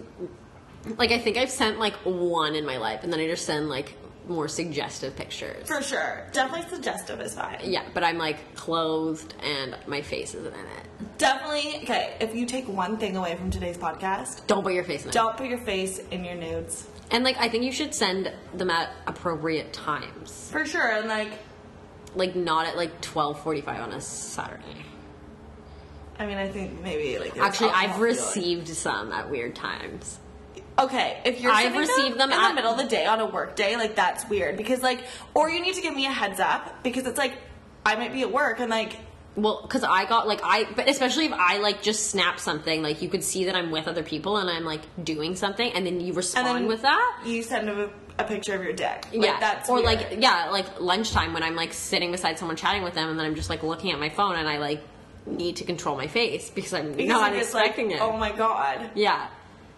S2: Like, I think I've sent like one in my life, and then I just send like more suggestive pictures.
S1: For sure. Definitely suggestive is fine.
S2: Yeah, but I'm like clothed and my face isn't in it.
S1: Definitely, okay, if you take one thing away from today's podcast,
S2: Don't put your face in it.
S1: don't put your face in your nudes.
S2: And like, I think you should send them at appropriate times.
S1: For sure. And like,
S2: Like, not at like 12:45 on a Saturday.
S1: I mean, I think maybe like. there's
S2: Actually, I've
S1: alcohol fueled.
S2: received some at weird times.
S1: Okay, if you're
S2: I've
S1: sending
S2: received them
S1: in
S2: at-
S1: the middle of the day on a work day, like that's weird because like, or you need to give me a heads up because it's like I might be at work and like
S2: Well, because I got like I, but especially if I like just snap something, like you could see that I'm with other people and I'm like doing something, and then you
S1: and
S2: respond
S1: then
S2: with that.
S1: you send a, a picture of your dick. Like,
S2: yeah,
S1: that's
S2: or
S1: weird.
S2: like yeah, like lunchtime when I'm like sitting beside someone chatting with them, and then I'm just like looking at my phone, and I like need to control my face because I'm
S1: Because
S2: not
S1: I'm just like,
S2: expecting it.
S1: oh my god.
S2: yeah,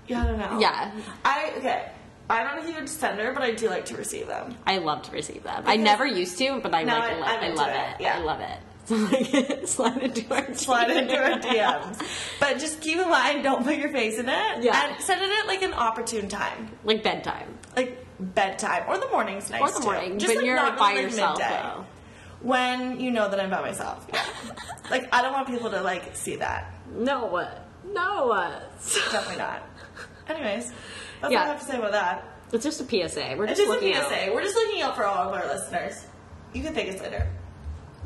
S1: Yeah, I don't know.
S2: Yeah.
S1: I okay. I don't know if you would send her, but I do like to receive them.
S2: I love to receive them. I
S1: Because-
S2: never used to, but I
S1: Now
S2: like,
S1: I-
S2: lo-
S1: I'm
S2: I
S1: into
S2: love
S1: it,
S2: it.
S1: yeah.
S2: I love it. So like, slide into our
S1: Slide into our
S2: DM.
S1: DMs. But just keep in mind, don't put your face in it.
S2: Yeah.
S1: And send it at like an opportune time.
S2: like bedtime
S1: Like bedtime. Or the morning's nice.
S2: or the
S1: too.
S2: morning
S1: Just
S2: when
S1: like
S2: you're
S1: not
S2: by
S1: really
S2: yourself.
S1: midday.
S2: Though.
S1: When you know that I'm by myself. Yeah. like I don't want people to like see that.
S2: No, what? No, what?
S1: Definitely not. Anyways, that's
S2: Yeah.
S1: all I have to say about that.
S2: It's just a PSA. We're just,
S1: It's just
S2: looking
S1: looking to
S2: out.
S1: say. We're just looking out for all of our listeners. You can thank us later.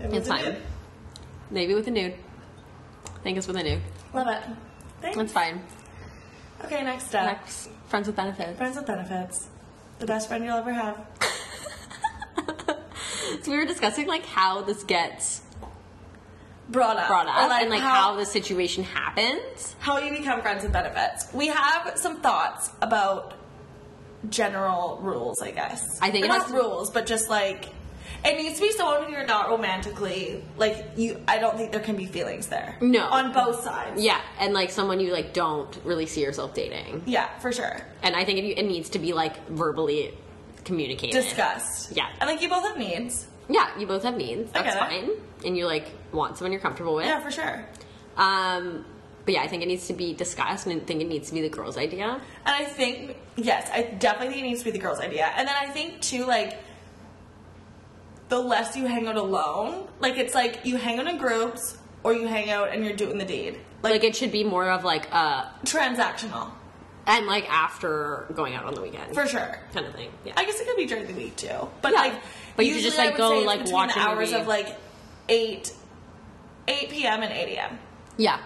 S2: It's fine. Maybe with a nude. Think it's with a nude.
S1: Love it. Thanks.
S2: That's fine.
S1: Okay, next step.
S2: Next, friends with benefits.
S1: Friends with benefits. The best friend you'll ever have.
S2: So we were discussing like how this gets
S1: Brought up.
S2: brought
S1: Or,
S2: up and like how, this situation happens.
S1: how you become friends with benefits. We have some thoughts about general rules, I guess.
S2: I think
S1: Or
S2: it
S1: not
S2: has to-
S1: rules, but just like it needs to be someone who you're not romantically like you. I don't think there can be feelings there.
S2: No.
S1: on both sides.
S2: Yeah, and like someone you like don't really see yourself dating.
S1: yeah, for sure.
S2: And I think it, it needs to be like verbally communicated.
S1: Discussed.
S2: Yeah.
S1: and like you both have needs.
S2: Yeah, you both have needs.
S1: I
S2: That's
S1: get
S2: fine.
S1: it.
S2: And you like want someone you're comfortable with.
S1: Yeah, for sure.
S2: Um, but yeah, I think it needs to be discussed, and I think it needs to be the girl's idea.
S1: And I think yes, I definitely think it needs to be the girl's idea. And then I think too, like the less you hang out alone, like it's like you hang out in groups or you hang out and you're doing the deed,
S2: Like,
S1: like,
S2: it should be more of like uh,
S1: transactional
S2: and like after going out on the weekend,
S1: for sure.
S2: kind of thing. Yeah,
S1: I guess it could be during the week too, but
S2: Yeah.
S1: like
S2: But you could
S1: usually
S2: just,
S1: I
S2: like,
S1: would
S2: go,
S1: say it's
S2: like,
S1: between
S2: watch
S1: the
S2: a
S1: hours
S2: movie.
S1: of like eight, eight p.m. and eight a.m.
S2: yeah,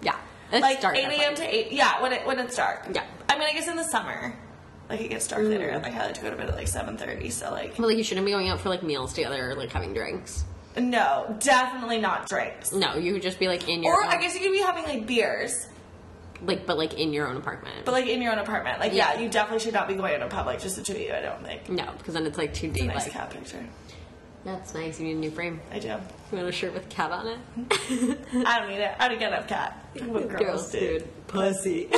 S2: yeah. Let's
S1: Like
S2: start
S1: eight
S2: that
S1: a.m.
S2: way.
S1: to eight, yeah, when it when it's dark.
S2: Yeah.
S1: I mean, I guess in the summer, like it gets dark later,
S2: Mm.
S1: and like I like to go to bed at like seven thirty, so like.
S2: But like you shouldn't be going out for like meals together, or, like having drinks.
S1: No, definitely not drinks.
S2: No, you could just be like in your
S1: Or
S2: own,
S1: I guess you could be having like beers,
S2: like but like in your own apartment.
S1: but like in your own apartment. Like, yeah,
S2: Yeah.
S1: you definitely should not be going out in public, just the two of you. I don't think.
S2: no, because then it's like too deep.
S1: Nice
S2: like
S1: cat picture.
S2: that's nice. You need a new frame.
S1: I do.
S2: You want a shirt with cat on it?
S1: I don't need it. I don't get enough cat. What girls, dude.
S2: pussy.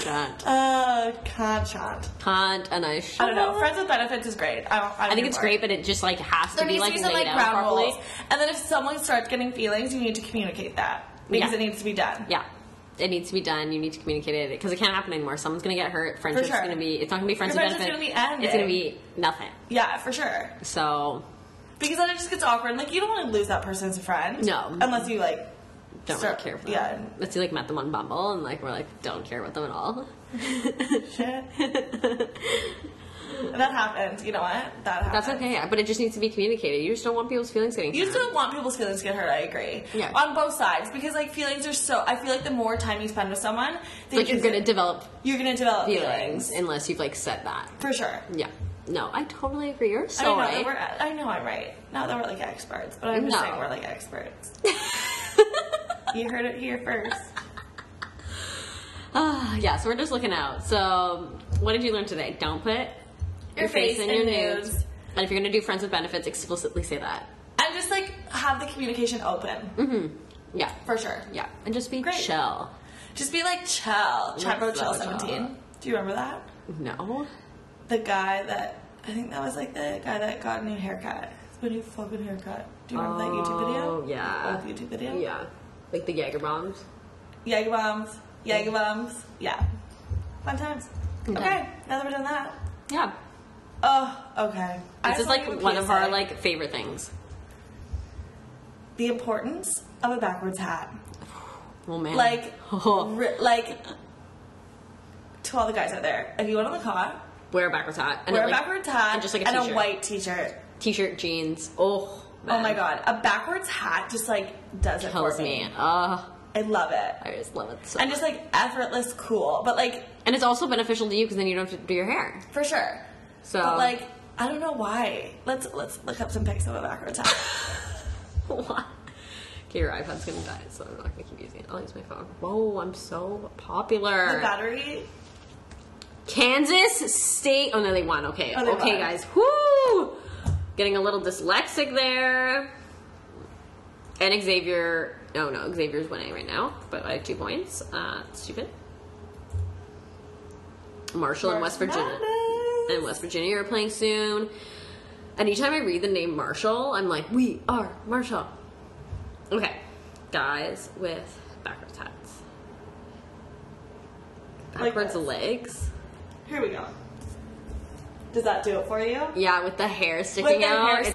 S2: Can't,
S1: Uh, cat chat.
S2: can't, and I. Should.
S1: I don't know. Friends with benefits is great. I, don't, I'm
S2: I think
S1: here
S2: it's
S1: for it.
S2: great, but it just like has to
S1: There
S2: be
S1: needs
S2: like
S1: to be
S2: laid
S1: some like
S2: out
S1: ground
S2: properly.
S1: rules, and then if someone starts getting feelings, you need to communicate that because
S2: Yeah.
S1: it needs to be done.
S2: Yeah, it needs to be done. You need to communicate it because it can't happen anymore. Someone's gonna get hurt. Friendship's
S1: sure.
S2: gonna be. It's not gonna be friends.
S1: Your
S2: with
S1: friendship's
S2: benefit.
S1: gonna be
S2: It's gonna
S1: ending.
S2: be nothing.
S1: Yeah, for sure.
S2: So
S1: Because then it just gets awkward. and, Like you don't want to lose that person as a friend.
S2: No.
S1: unless you like
S2: don't
S1: start-
S2: really care for them.
S1: Yeah,
S2: Let's see, like met them on Bumble and like we're like don't care about them at all.
S1: shit. that happened. You know what? That happened.
S2: That's okay, but it just needs to be communicated. You just don't want people's feelings getting.
S1: You
S2: hurt.
S1: just don't want people's feelings to get hurt. I agree.
S2: Yeah.
S1: On both sides, because like feelings are so. I feel like the more time you spend with someone, the
S2: like you're
S1: easier-
S2: gonna develop
S1: you're gonna develop
S2: feelings
S1: feelings,
S2: unless you've like said that.
S1: for sure.
S2: Yeah. No, I totally agree. You're
S1: I
S2: so
S1: mean, now that
S2: right.
S1: we're, I know I'm right. Now that we're like experts, but I'm just
S2: No.
S1: saying we're like experts. you heard it here first.
S2: Ah, yeah, so we're just looking out. So, what did you learn today? Don't put your,
S1: Your face in nudes.
S2: And if you're going to do friends with benefits, explicitly say that.
S1: And just like have the communication open
S2: Yeah.
S1: for sure.
S2: Mm-hmm. Yeah. And just be
S1: Great.
S2: chill.
S1: Just be like chill. Chat about
S2: so
S1: chill
S2: chill.
S1: 17. Do you remember that?
S2: No.
S1: The guy that I think that was like the guy that got a new haircut. It's been a new fucking haircut. Do you remember that YouTube video?
S2: Oh, yeah.
S1: The old YouTube video?
S2: Yeah. Like the Jager bombs.
S1: Yaga bombs. Yaga bombs. Yeah. Fun times.
S2: Yeah.
S1: Okay, now that we're done that.
S2: Yeah.
S1: Oh, okay.
S2: This is like one of our like favorite things.
S1: the importance of a backwards hat.
S2: Well, man.
S1: Like, ri- like to all the guys out there, if you went on the cot,
S2: wear a backwards hat. And
S1: wear
S2: it,
S1: a
S2: like,
S1: backwards hat
S2: and just like a
S1: and a
S2: t-shirt.
S1: white t-shirt.
S2: T-shirt, jeans. Oh.
S1: Oh my god, a backwards hat just like does it
S2: Tells
S1: for me.
S2: me. Uh,
S1: I love it,
S2: I just love it so.
S1: and just like effortless, cool, but like
S2: And it's also beneficial to you because then you don't have to do your hair.
S1: for sure.
S2: So
S1: But like, I don't know why. Let's let's look up some pics of a backwards hat.
S2: What? okay, your iPod's gonna die, so I'm not gonna keep using it. I'll use my phone. Whoa, I'm so
S1: the
S2: popular.
S1: battery.
S2: Kansas State. Oh no, they won. Okay,
S1: Oh, they
S2: okay,
S1: won.
S2: guys. Whoo! Getting a little dyslexic there. And Xavier. No, no, Xavier's winning right now, but by two points. Uh, stupid. Marshall and West Virginia.
S1: Madness.
S2: and West Virginia are playing soon. Anytime I read the name Marshall, I'm like, we are Marshall. Okay, guys with backwards hats,
S1: Like
S2: backwards
S1: this.
S2: legs.
S1: Here we go. Does that do it for you?
S2: Yeah, with the hair sticking
S1: With the
S2: out.
S1: hair-
S2: It's-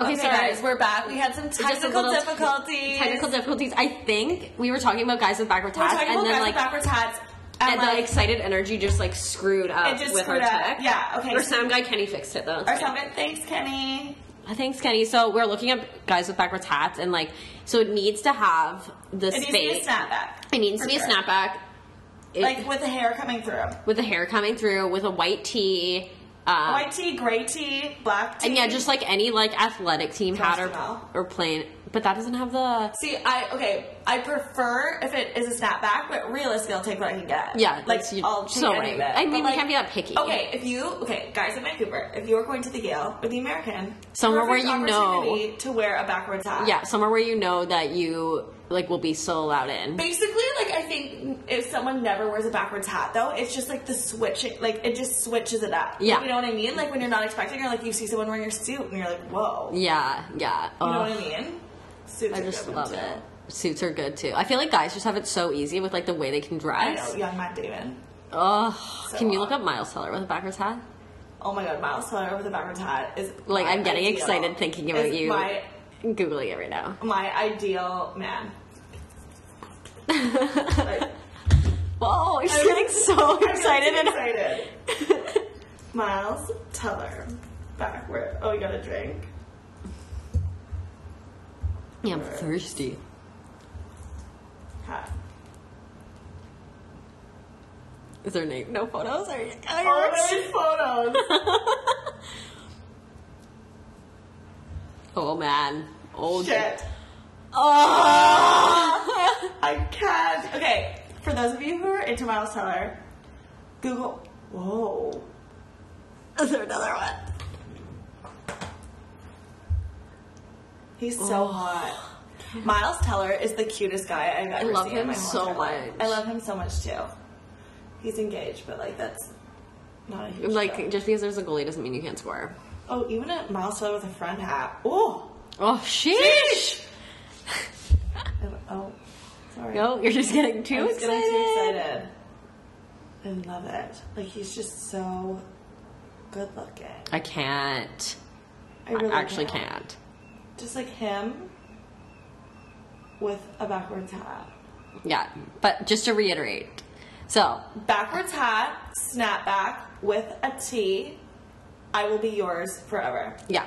S2: Okay,
S1: Okay,
S2: sorry.
S1: guys, we're back. We had some
S2: Just a
S1: technical
S2: little
S1: difficulties.
S2: Technical difficulties. I think we were talking about guys with backwards
S1: We're
S2: hats,
S1: talking
S2: and
S1: about
S2: then
S1: guys
S2: like
S1: with backwards hats.
S2: and
S1: And,
S2: the
S1: like,
S2: excited energy just like screwed up
S1: It just
S2: with
S1: screwed
S2: our
S1: up.
S2: tech.
S1: Yeah, okay,
S2: Our
S1: so-
S2: sound guy Kenny fixed it though. It's
S1: our
S2: fine.
S1: sound guy- Thanks, Kenny.
S2: Thanks, Kenny. So we're looking at guys with backwards hats, and like, so it needs to have the
S1: It
S2: space.
S1: needs to be a snapback.
S2: It needs to
S1: For
S2: be a
S1: sure.
S2: snapback. It-
S1: Like with the hair coming through.
S2: with the hair coming through, with a white tee. Um,
S1: White tee, gray tee, black tee.
S2: and yeah, just like any like athletic team hat or,
S1: Basketball.
S2: or plain, but that doesn't have the
S1: See, I okay. I prefer if it is a snapback, but realistically, I'll take what I can get.
S2: Yeah,
S1: like
S2: that's- you're
S1: I'll take
S2: so
S1: any
S2: right.
S1: of it.
S2: I mean,
S1: But,
S2: we
S1: like,
S2: can't be that picky.
S1: Okay, if you okay, guys in Vancouver, if you are going to the Yale or the American,
S2: Somewhere where
S1: perfect
S2: you know.
S1: opportunity to wear a backwards hat.
S2: yeah somewhere where you know that you like will be so allowed in.
S1: Basically, like I think if someone never wears a backwards hat, though, it's just like the switching, like it just switches it up.
S2: Yeah.
S1: you know what I mean. Like when you're not expecting, or like you see someone wearing a suit, and you're like, whoa.
S2: Yeah, yeah.
S1: You know
S2: Ugh.
S1: what I mean? Suits
S2: I
S1: are
S2: just
S1: good
S2: love
S1: too.
S2: it. Suits are good too. I feel like guys just have it so easy with like the way they can
S1: I
S2: dress.
S1: know, young Matt Damon.
S2: Oh,
S1: So
S2: can you
S1: hot.
S2: look up Miles Teller with a backwards hat?
S1: Oh my god, Miles Teller with a backwards hat is
S2: Like,
S1: my
S2: I'm getting
S1: ideal-
S2: excited thinking about
S1: is
S2: you.
S1: My
S2: I'm googling it right now.
S1: my ideal man. Like,
S2: Whoa, I'm just
S1: I'm-
S2: getting so
S1: I'm
S2: excited.
S1: getting
S2: And
S1: excited. Miles Teller backward. Oh, you got a drink.
S2: yeah, I'm thirsty.
S1: Hat.
S2: Is there name? No photos? Are you? Are you-
S1: Oh, those photos.
S2: oh man. Oh
S1: Shit.
S2: Oh.
S1: I can't. Okay, for those of you who are into Miles Teller, Google. Whoa. Is there another one? He's so hot. Miles Teller is the cutest guy I've ever
S2: love
S1: seen in
S2: him
S1: my whole
S2: so
S1: entire life.
S2: much.
S1: I love him so much too. He's engaged, but like that's not a huge deal.
S2: like just because there's a goalie doesn't mean you can't score.
S1: Oh, even a Miles Teller with a front hat. Oh,
S2: Oh sheesh!
S1: oh, sorry.
S2: No, you're just getting too
S1: I was
S2: excited.
S1: getting too excited. I love it. Like he's just so good looking.
S2: I can't.
S1: I
S2: I
S1: really
S2: actually
S1: can't.
S2: can't.
S1: Just like him with a backwards hat.
S2: Yeah, but just to reiterate, so
S1: Backwards hat, snapback with a T. I will be yours forever.
S2: yeah.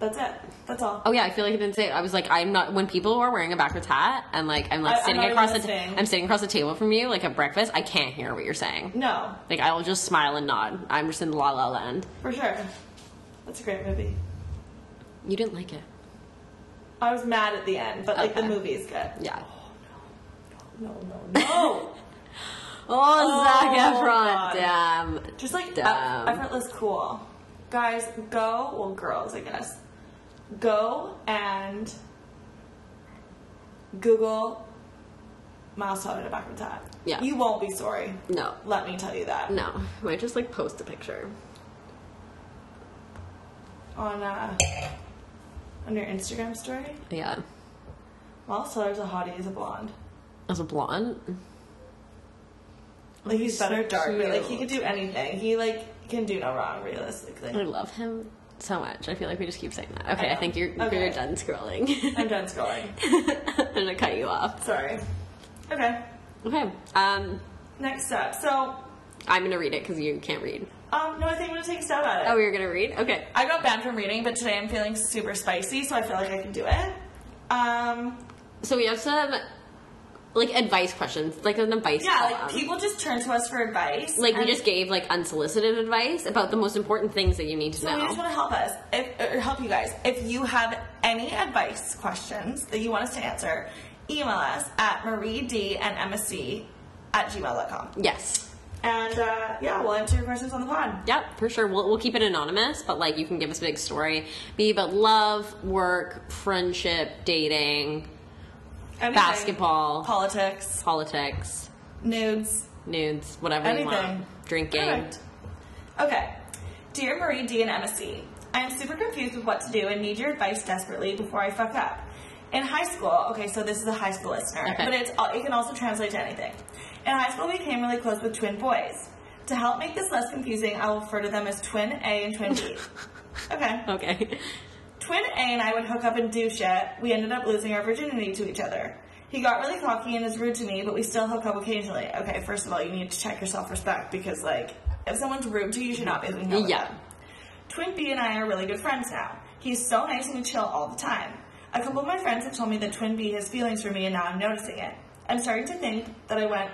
S1: That's it. That's all.
S2: Oh yeah, I feel like I didn't say it. I was like, I'm not. When people are wearing a backwards hat and like I'm
S1: I-
S2: like
S1: I'm
S2: sitting
S1: not even
S2: across the, ta-
S1: listening.
S2: I'm sitting across the table from you, like at breakfast, I can't hear what you're saying.
S1: No,
S2: Like I will just smile and nod. I'm just in La La Land.
S1: for sure. That's a great movie.
S2: You didn't like it.
S1: I was mad at the end, but like the
S2: Okay.
S1: movie is good.
S2: Yeah.
S1: No, no, no.
S2: Oh, Zac
S1: God.
S2: Efron. Damn.
S1: Just like
S2: Dumb.
S1: eff- effortless cool. Guys, go, well, girls, I guess, go and Google Miles Teller in a backwards hat.
S2: Yeah.
S1: You won't be sorry.
S2: No.
S1: Let me tell you that.
S2: No. I might just like post a picture.
S1: On uh, on your Instagram story,
S2: Yeah.
S1: Miles Teller's a hottie as a blonde.
S2: As a blonde.
S1: Like he's better dark, but like he
S2: cute. Mm.
S1: could do anything. He like can do no wrong realistically.
S2: I love him so much. I feel like we just keep saying that. Okay,
S1: I
S2: I,
S1: know.
S2: think you're
S1: Okay.
S2: you're done scrolling.
S1: I'm done scrolling.
S2: I'm gonna cut you off.
S1: Sorry. Okay.
S2: Okay. Um,
S1: Next step. So,
S2: I'm gonna read it because you can't read.
S1: um, no, I think I'm gonna take a stab at it.
S2: Oh, you're gonna read? Okay.
S1: I got banned from reading, but today I'm feeling super spicy, so I feel like I can do it. Um,
S2: So we have some like advice questions, like an advice.
S1: yeah, like
S2: column.
S1: people just turn to us for advice.
S2: Like we
S1: and-
S2: just gave like unsolicited advice about the most important things that you need to
S1: So we
S2: know.
S1: just want to help us, if, or help you guys. If you have any advice questions that you want us to answer, email us at maried and msc at gmail.com.
S2: yes.
S1: And uh, yeah, we'll answer your questions on the pod.
S2: Yep, for sure. We'll, we'll keep it anonymous, but like you can give us a big story. Be about love, work, friendship, dating,
S1: Anything.
S2: basketball,
S1: politics,
S2: politics,
S1: nudes.
S2: nudes, whatever you
S1: Anything.
S2: want, drinking.
S1: Perfect. Okay. Dear Marie D and MSC, I am super confused with what to do and need your advice desperately before I fuck up. In high school, okay, so this is a high school listener,
S2: Okay.
S1: but it's it can also translate to anything. In high school, we became really close with twin boys. To help make this less confusing, I will refer to them as twin A and twin B. okay.
S2: Okay.
S1: Twin A and I would hook up and do shit. We ended up losing our virginity to each other. He got really cocky and is rude to me, but we still hook up occasionally. Okay, first of all, you need to check your self respect because, like, if someone's rude to you, you should not be hooking up. with
S2: Yeah.
S1: them. Twin B and I are really good friends now. He's so nice and we chill all the time. A couple of my friends have told me that Twin B has feelings for me, and now I'm noticing it. I'm starting to think that I went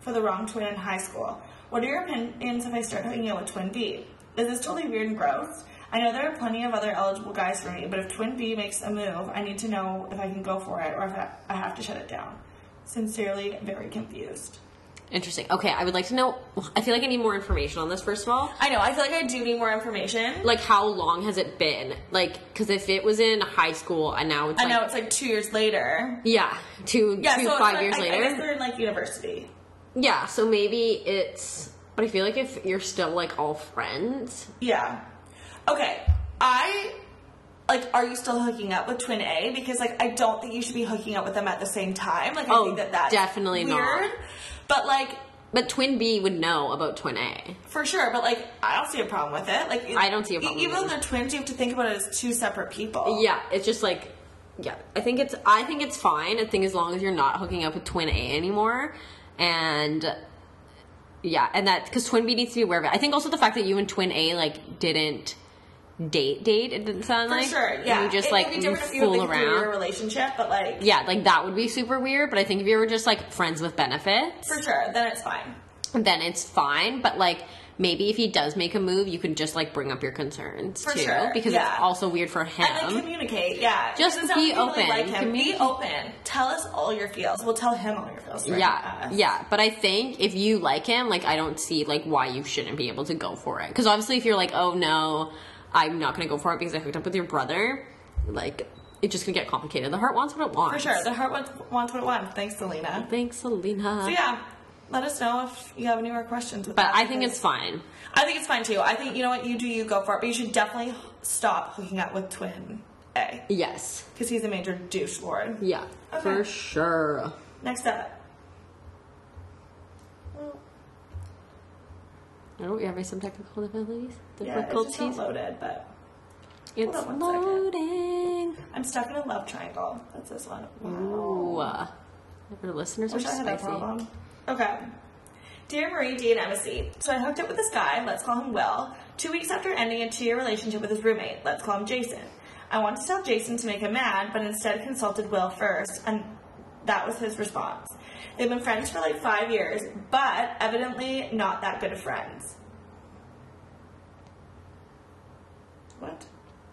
S1: for the wrong twin in high school. What are your opinions if I start hooking out with Twin B? Is this totally weird and gross? I know there are plenty of other eligible guys for me, but if Twin B makes a move, I need to know if I can go for it or if I I have to shut it down. Sincerely, very confused.
S2: Interesting. Okay, I would like to know. I feel like I need more information on this. First of all,
S1: I know. I feel like I do need more information.
S2: like how long has it been? Like, because if it was in high school and now it's
S1: I
S2: like,
S1: know it's like two years later.
S2: yeah, two,
S1: Yeah,
S2: two
S1: so it's
S2: five
S1: like-
S2: years
S1: I, I
S2: later.
S1: guess they're in like university.
S2: yeah, so maybe it's. But I feel like if you're still like all friends,
S1: Yeah. Okay. I like. Are you still hooking up with Twin A? Because like, I don't think you should be hooking up with them at the same time. Like, I
S2: Oh,
S1: think that that's
S2: definitely not.
S1: weird. But like,
S2: but Twin B would know about Twin A.
S1: for sure. But like, I don't see a problem with it. Like, e-,
S2: I don't see a problem
S1: Even though
S2: either.
S1: they're twins, you have to think about it as two separate people.
S2: Yeah, it's just like, yeah, I think it's. I think it's fine. I think as long as you're not hooking up with Twin A anymore, and yeah, and that because Twin B needs to be aware of it. I think also the fact that you and Twin A like didn't date date. It didn't sound
S1: For
S2: like
S1: sure. Yeah.
S2: you just
S1: It
S2: like
S1: would be different if you
S2: fool
S1: had, like, a
S2: around.
S1: three-year relationship, but like,
S2: yeah, like that would be super weird. But I think if you were just like friends with benefits,
S1: for sure, then it's fine.
S2: then it's fine. But like maybe if he does make a move, you can just like bring up your concerns
S1: For
S2: too,
S1: sure,
S2: because
S1: yeah.
S2: it's also weird for him.
S1: And like communicate, yeah.
S2: Just
S1: Because that's
S2: be
S1: how we really
S2: open.
S1: Like him. Be
S2: Communicate.
S1: open. Tell us all your feels. We'll tell him all your feels. right?
S2: Yeah,
S1: Uh,
S2: yeah. But I think if you like him, like I don't see like why you shouldn't be able to go for it. Because obviously, if you're like, oh no, I'm not gonna go for it because I hooked up with your brother, like it's just gonna get complicated. The heart wants what it
S1: For
S2: wants.
S1: sure. The heart wants, wants what it wants. Thanks, Selena.
S2: Thanks, Selena.
S1: So yeah, let us know if you have any more questions. With
S2: But
S1: that,
S2: I think it's
S1: because-
S2: fine.
S1: I think it's fine too. I think you know what you do. You go for it, but you should definitely stop hooking up with Twin A
S2: Yes.
S1: because he's a major douche lord.
S2: Yeah.
S1: Okay.
S2: For sure.
S1: Next up,
S2: Oh, I don't we having some technical difficulties?
S1: yeah, it's just not
S2: Difficulties.
S1: loaded, but
S2: It's
S1: Hold on one second.
S2: loading.
S1: I'm stuck in a love triangle. That's this one.
S2: Ooh. uh, Our listeners are
S1: Oh. Wish I had that
S2: spicy.
S1: problem. Okay. Dear Marie, D, and Embassy, so I hooked up with this guy, let's call him Will, two weeks after ending a two year relationship with his roommate, let's call him Jason. I wanted to tell Jason to make him mad, but instead consulted Will first, and that was his response. They've been friends for like five years, but evidently not that good of friends. What?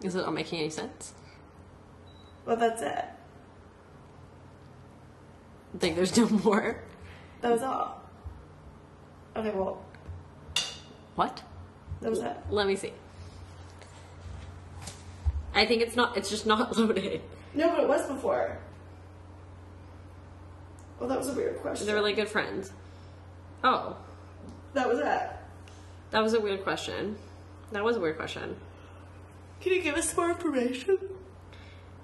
S2: Is it not making any sense?
S1: Well, that's it.
S2: I think there's no more.
S1: That was all. Okay, well,
S2: What?
S1: that was it.
S2: Let me see. I think it's not. It's just not loaded.
S1: No, but it was before. Well, that was a weird question.
S2: They're really good friends. Oh,
S1: that was it.
S2: that was a weird question. That was a weird question.
S1: Can you give us more information?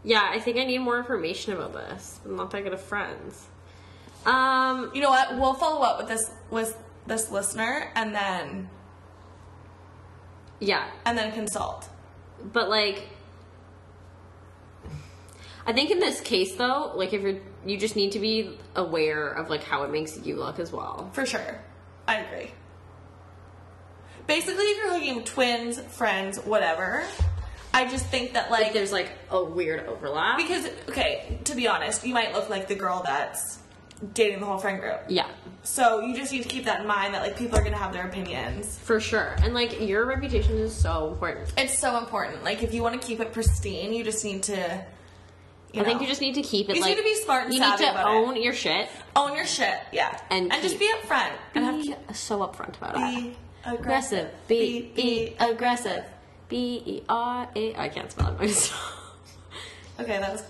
S2: Yeah, I think I need more information about this. I'm not that good at friends. Um,
S1: You know what? We'll follow up with this with this listener and then
S2: yeah,
S1: and then consult.
S2: but like, I think in this case though, like if you're, you just need to be aware of like how it makes you look as well.
S1: For sure. I agree. Basically, if you're hooking twins, friends, whatever, I just think that
S2: Like
S1: like
S2: there's like a weird overlap.
S1: because okay, to be honest, you might look like the girl that's dating the whole friend group.
S2: yeah,
S1: So you just need to keep that in mind that like people are gonna have their opinions.
S2: for sure. And like your reputation is so important.
S1: It's so important. Like if you want to keep it pristine, you just need to. You
S2: I think
S1: know,
S2: you just need to keep it.
S1: You just
S2: like,
S1: need to be smart and
S2: you
S1: savvy
S2: need to
S1: about it.
S2: own your shit.
S1: own your shit, yeah,
S2: And
S1: and just
S2: keep-
S1: be upfront and have
S2: be
S1: to
S2: so upfront about it.
S1: be
S2: aggressive.
S1: aggressive.
S2: B E
S1: be
S2: aggressive. B E R A. I can't spell it myself.
S1: Okay, that was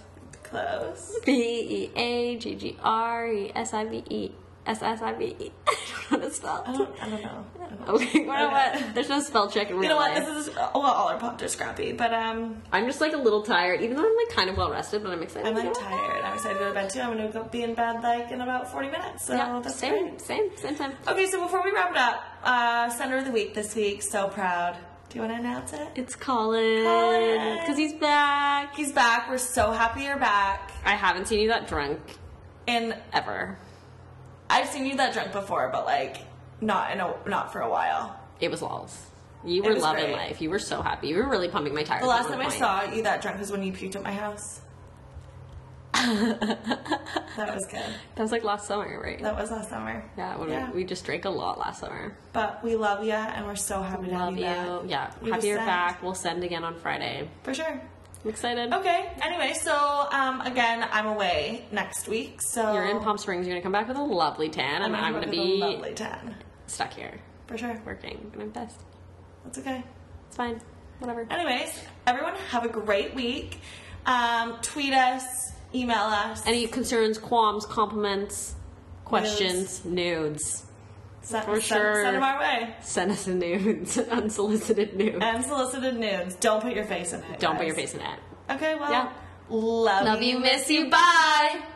S1: close.
S2: B E A G G R E S I V E S S I V E. I don't know how to
S1: I
S2: spell.
S1: don't, I don't know. I don't know.
S2: Okay, you know
S1: Okay.
S2: what? There's no spell check in real
S1: You know what?
S2: life.
S1: This is oh, well, all our pops are scrappy, but um,
S2: I'm just like a little tired, even though I'm like kind of well rested, but I'm excited.
S1: I'm
S2: to
S1: like
S2: go.
S1: tired. I'm excited to go to bed too. I'm gonna go be in bed like in about 40 minutes. So
S2: Yeah,
S1: Oh, that's
S2: same,
S1: great. Oh.
S2: same, same time.
S1: Okay, so before we wrap it up, uh, sender of the week this week. So proud. Do you want to announce it?
S2: It's Colin
S1: Colin.
S2: because he's back.
S1: He's back. We're so happy you're back.
S2: I haven't seen you that drunk
S1: And
S2: ever.
S1: I've seen you that drunk before, but like not in a not for a while.
S2: It was lols. You were
S1: was
S2: loving
S1: great.
S2: life. You were so happy. You were really pumping my tires.
S1: The
S2: at
S1: last
S2: one
S1: time I
S2: point.
S1: saw you that drunk was when you puked at my house. that was good.
S2: That was like last summer, right?
S1: That was last summer.
S2: yeah, when We, we just drank a lot last summer.
S1: But we love you, and we're so happy to
S2: Love
S1: have
S2: you.
S1: you. back.
S2: Yeah,
S1: We
S2: happy you're
S1: just sent.
S2: back. We'll send again on Friday.
S1: for sure.
S2: I'm excited.
S1: Okay. Anyway, so um, again, I'm away next week, so
S2: You're in Palm Springs. You're gonna come back with a lovely tan, and I'm
S1: come
S2: gonna
S1: up with a
S2: be
S1: lovely ten
S2: stuck here
S1: for sure.
S2: working, and I'm pissed.
S1: That's okay.
S2: It's fine. Whatever.
S1: Anyways, everyone have a great week. Um, tweet us, email us.
S2: Any concerns, qualms, compliments, questions, nudes.
S1: send,
S2: for
S1: send-
S2: sure.
S1: Send them our way.
S2: Send us a nudes, unsolicited nudes.
S1: Unsolicited nudes. Don't put your face in it.
S2: Don't put
S1: guys.
S2: your face in it.
S1: Okay. Well.
S2: Yeah.
S1: Love,
S2: Love
S1: you.
S2: you, miss you, bye.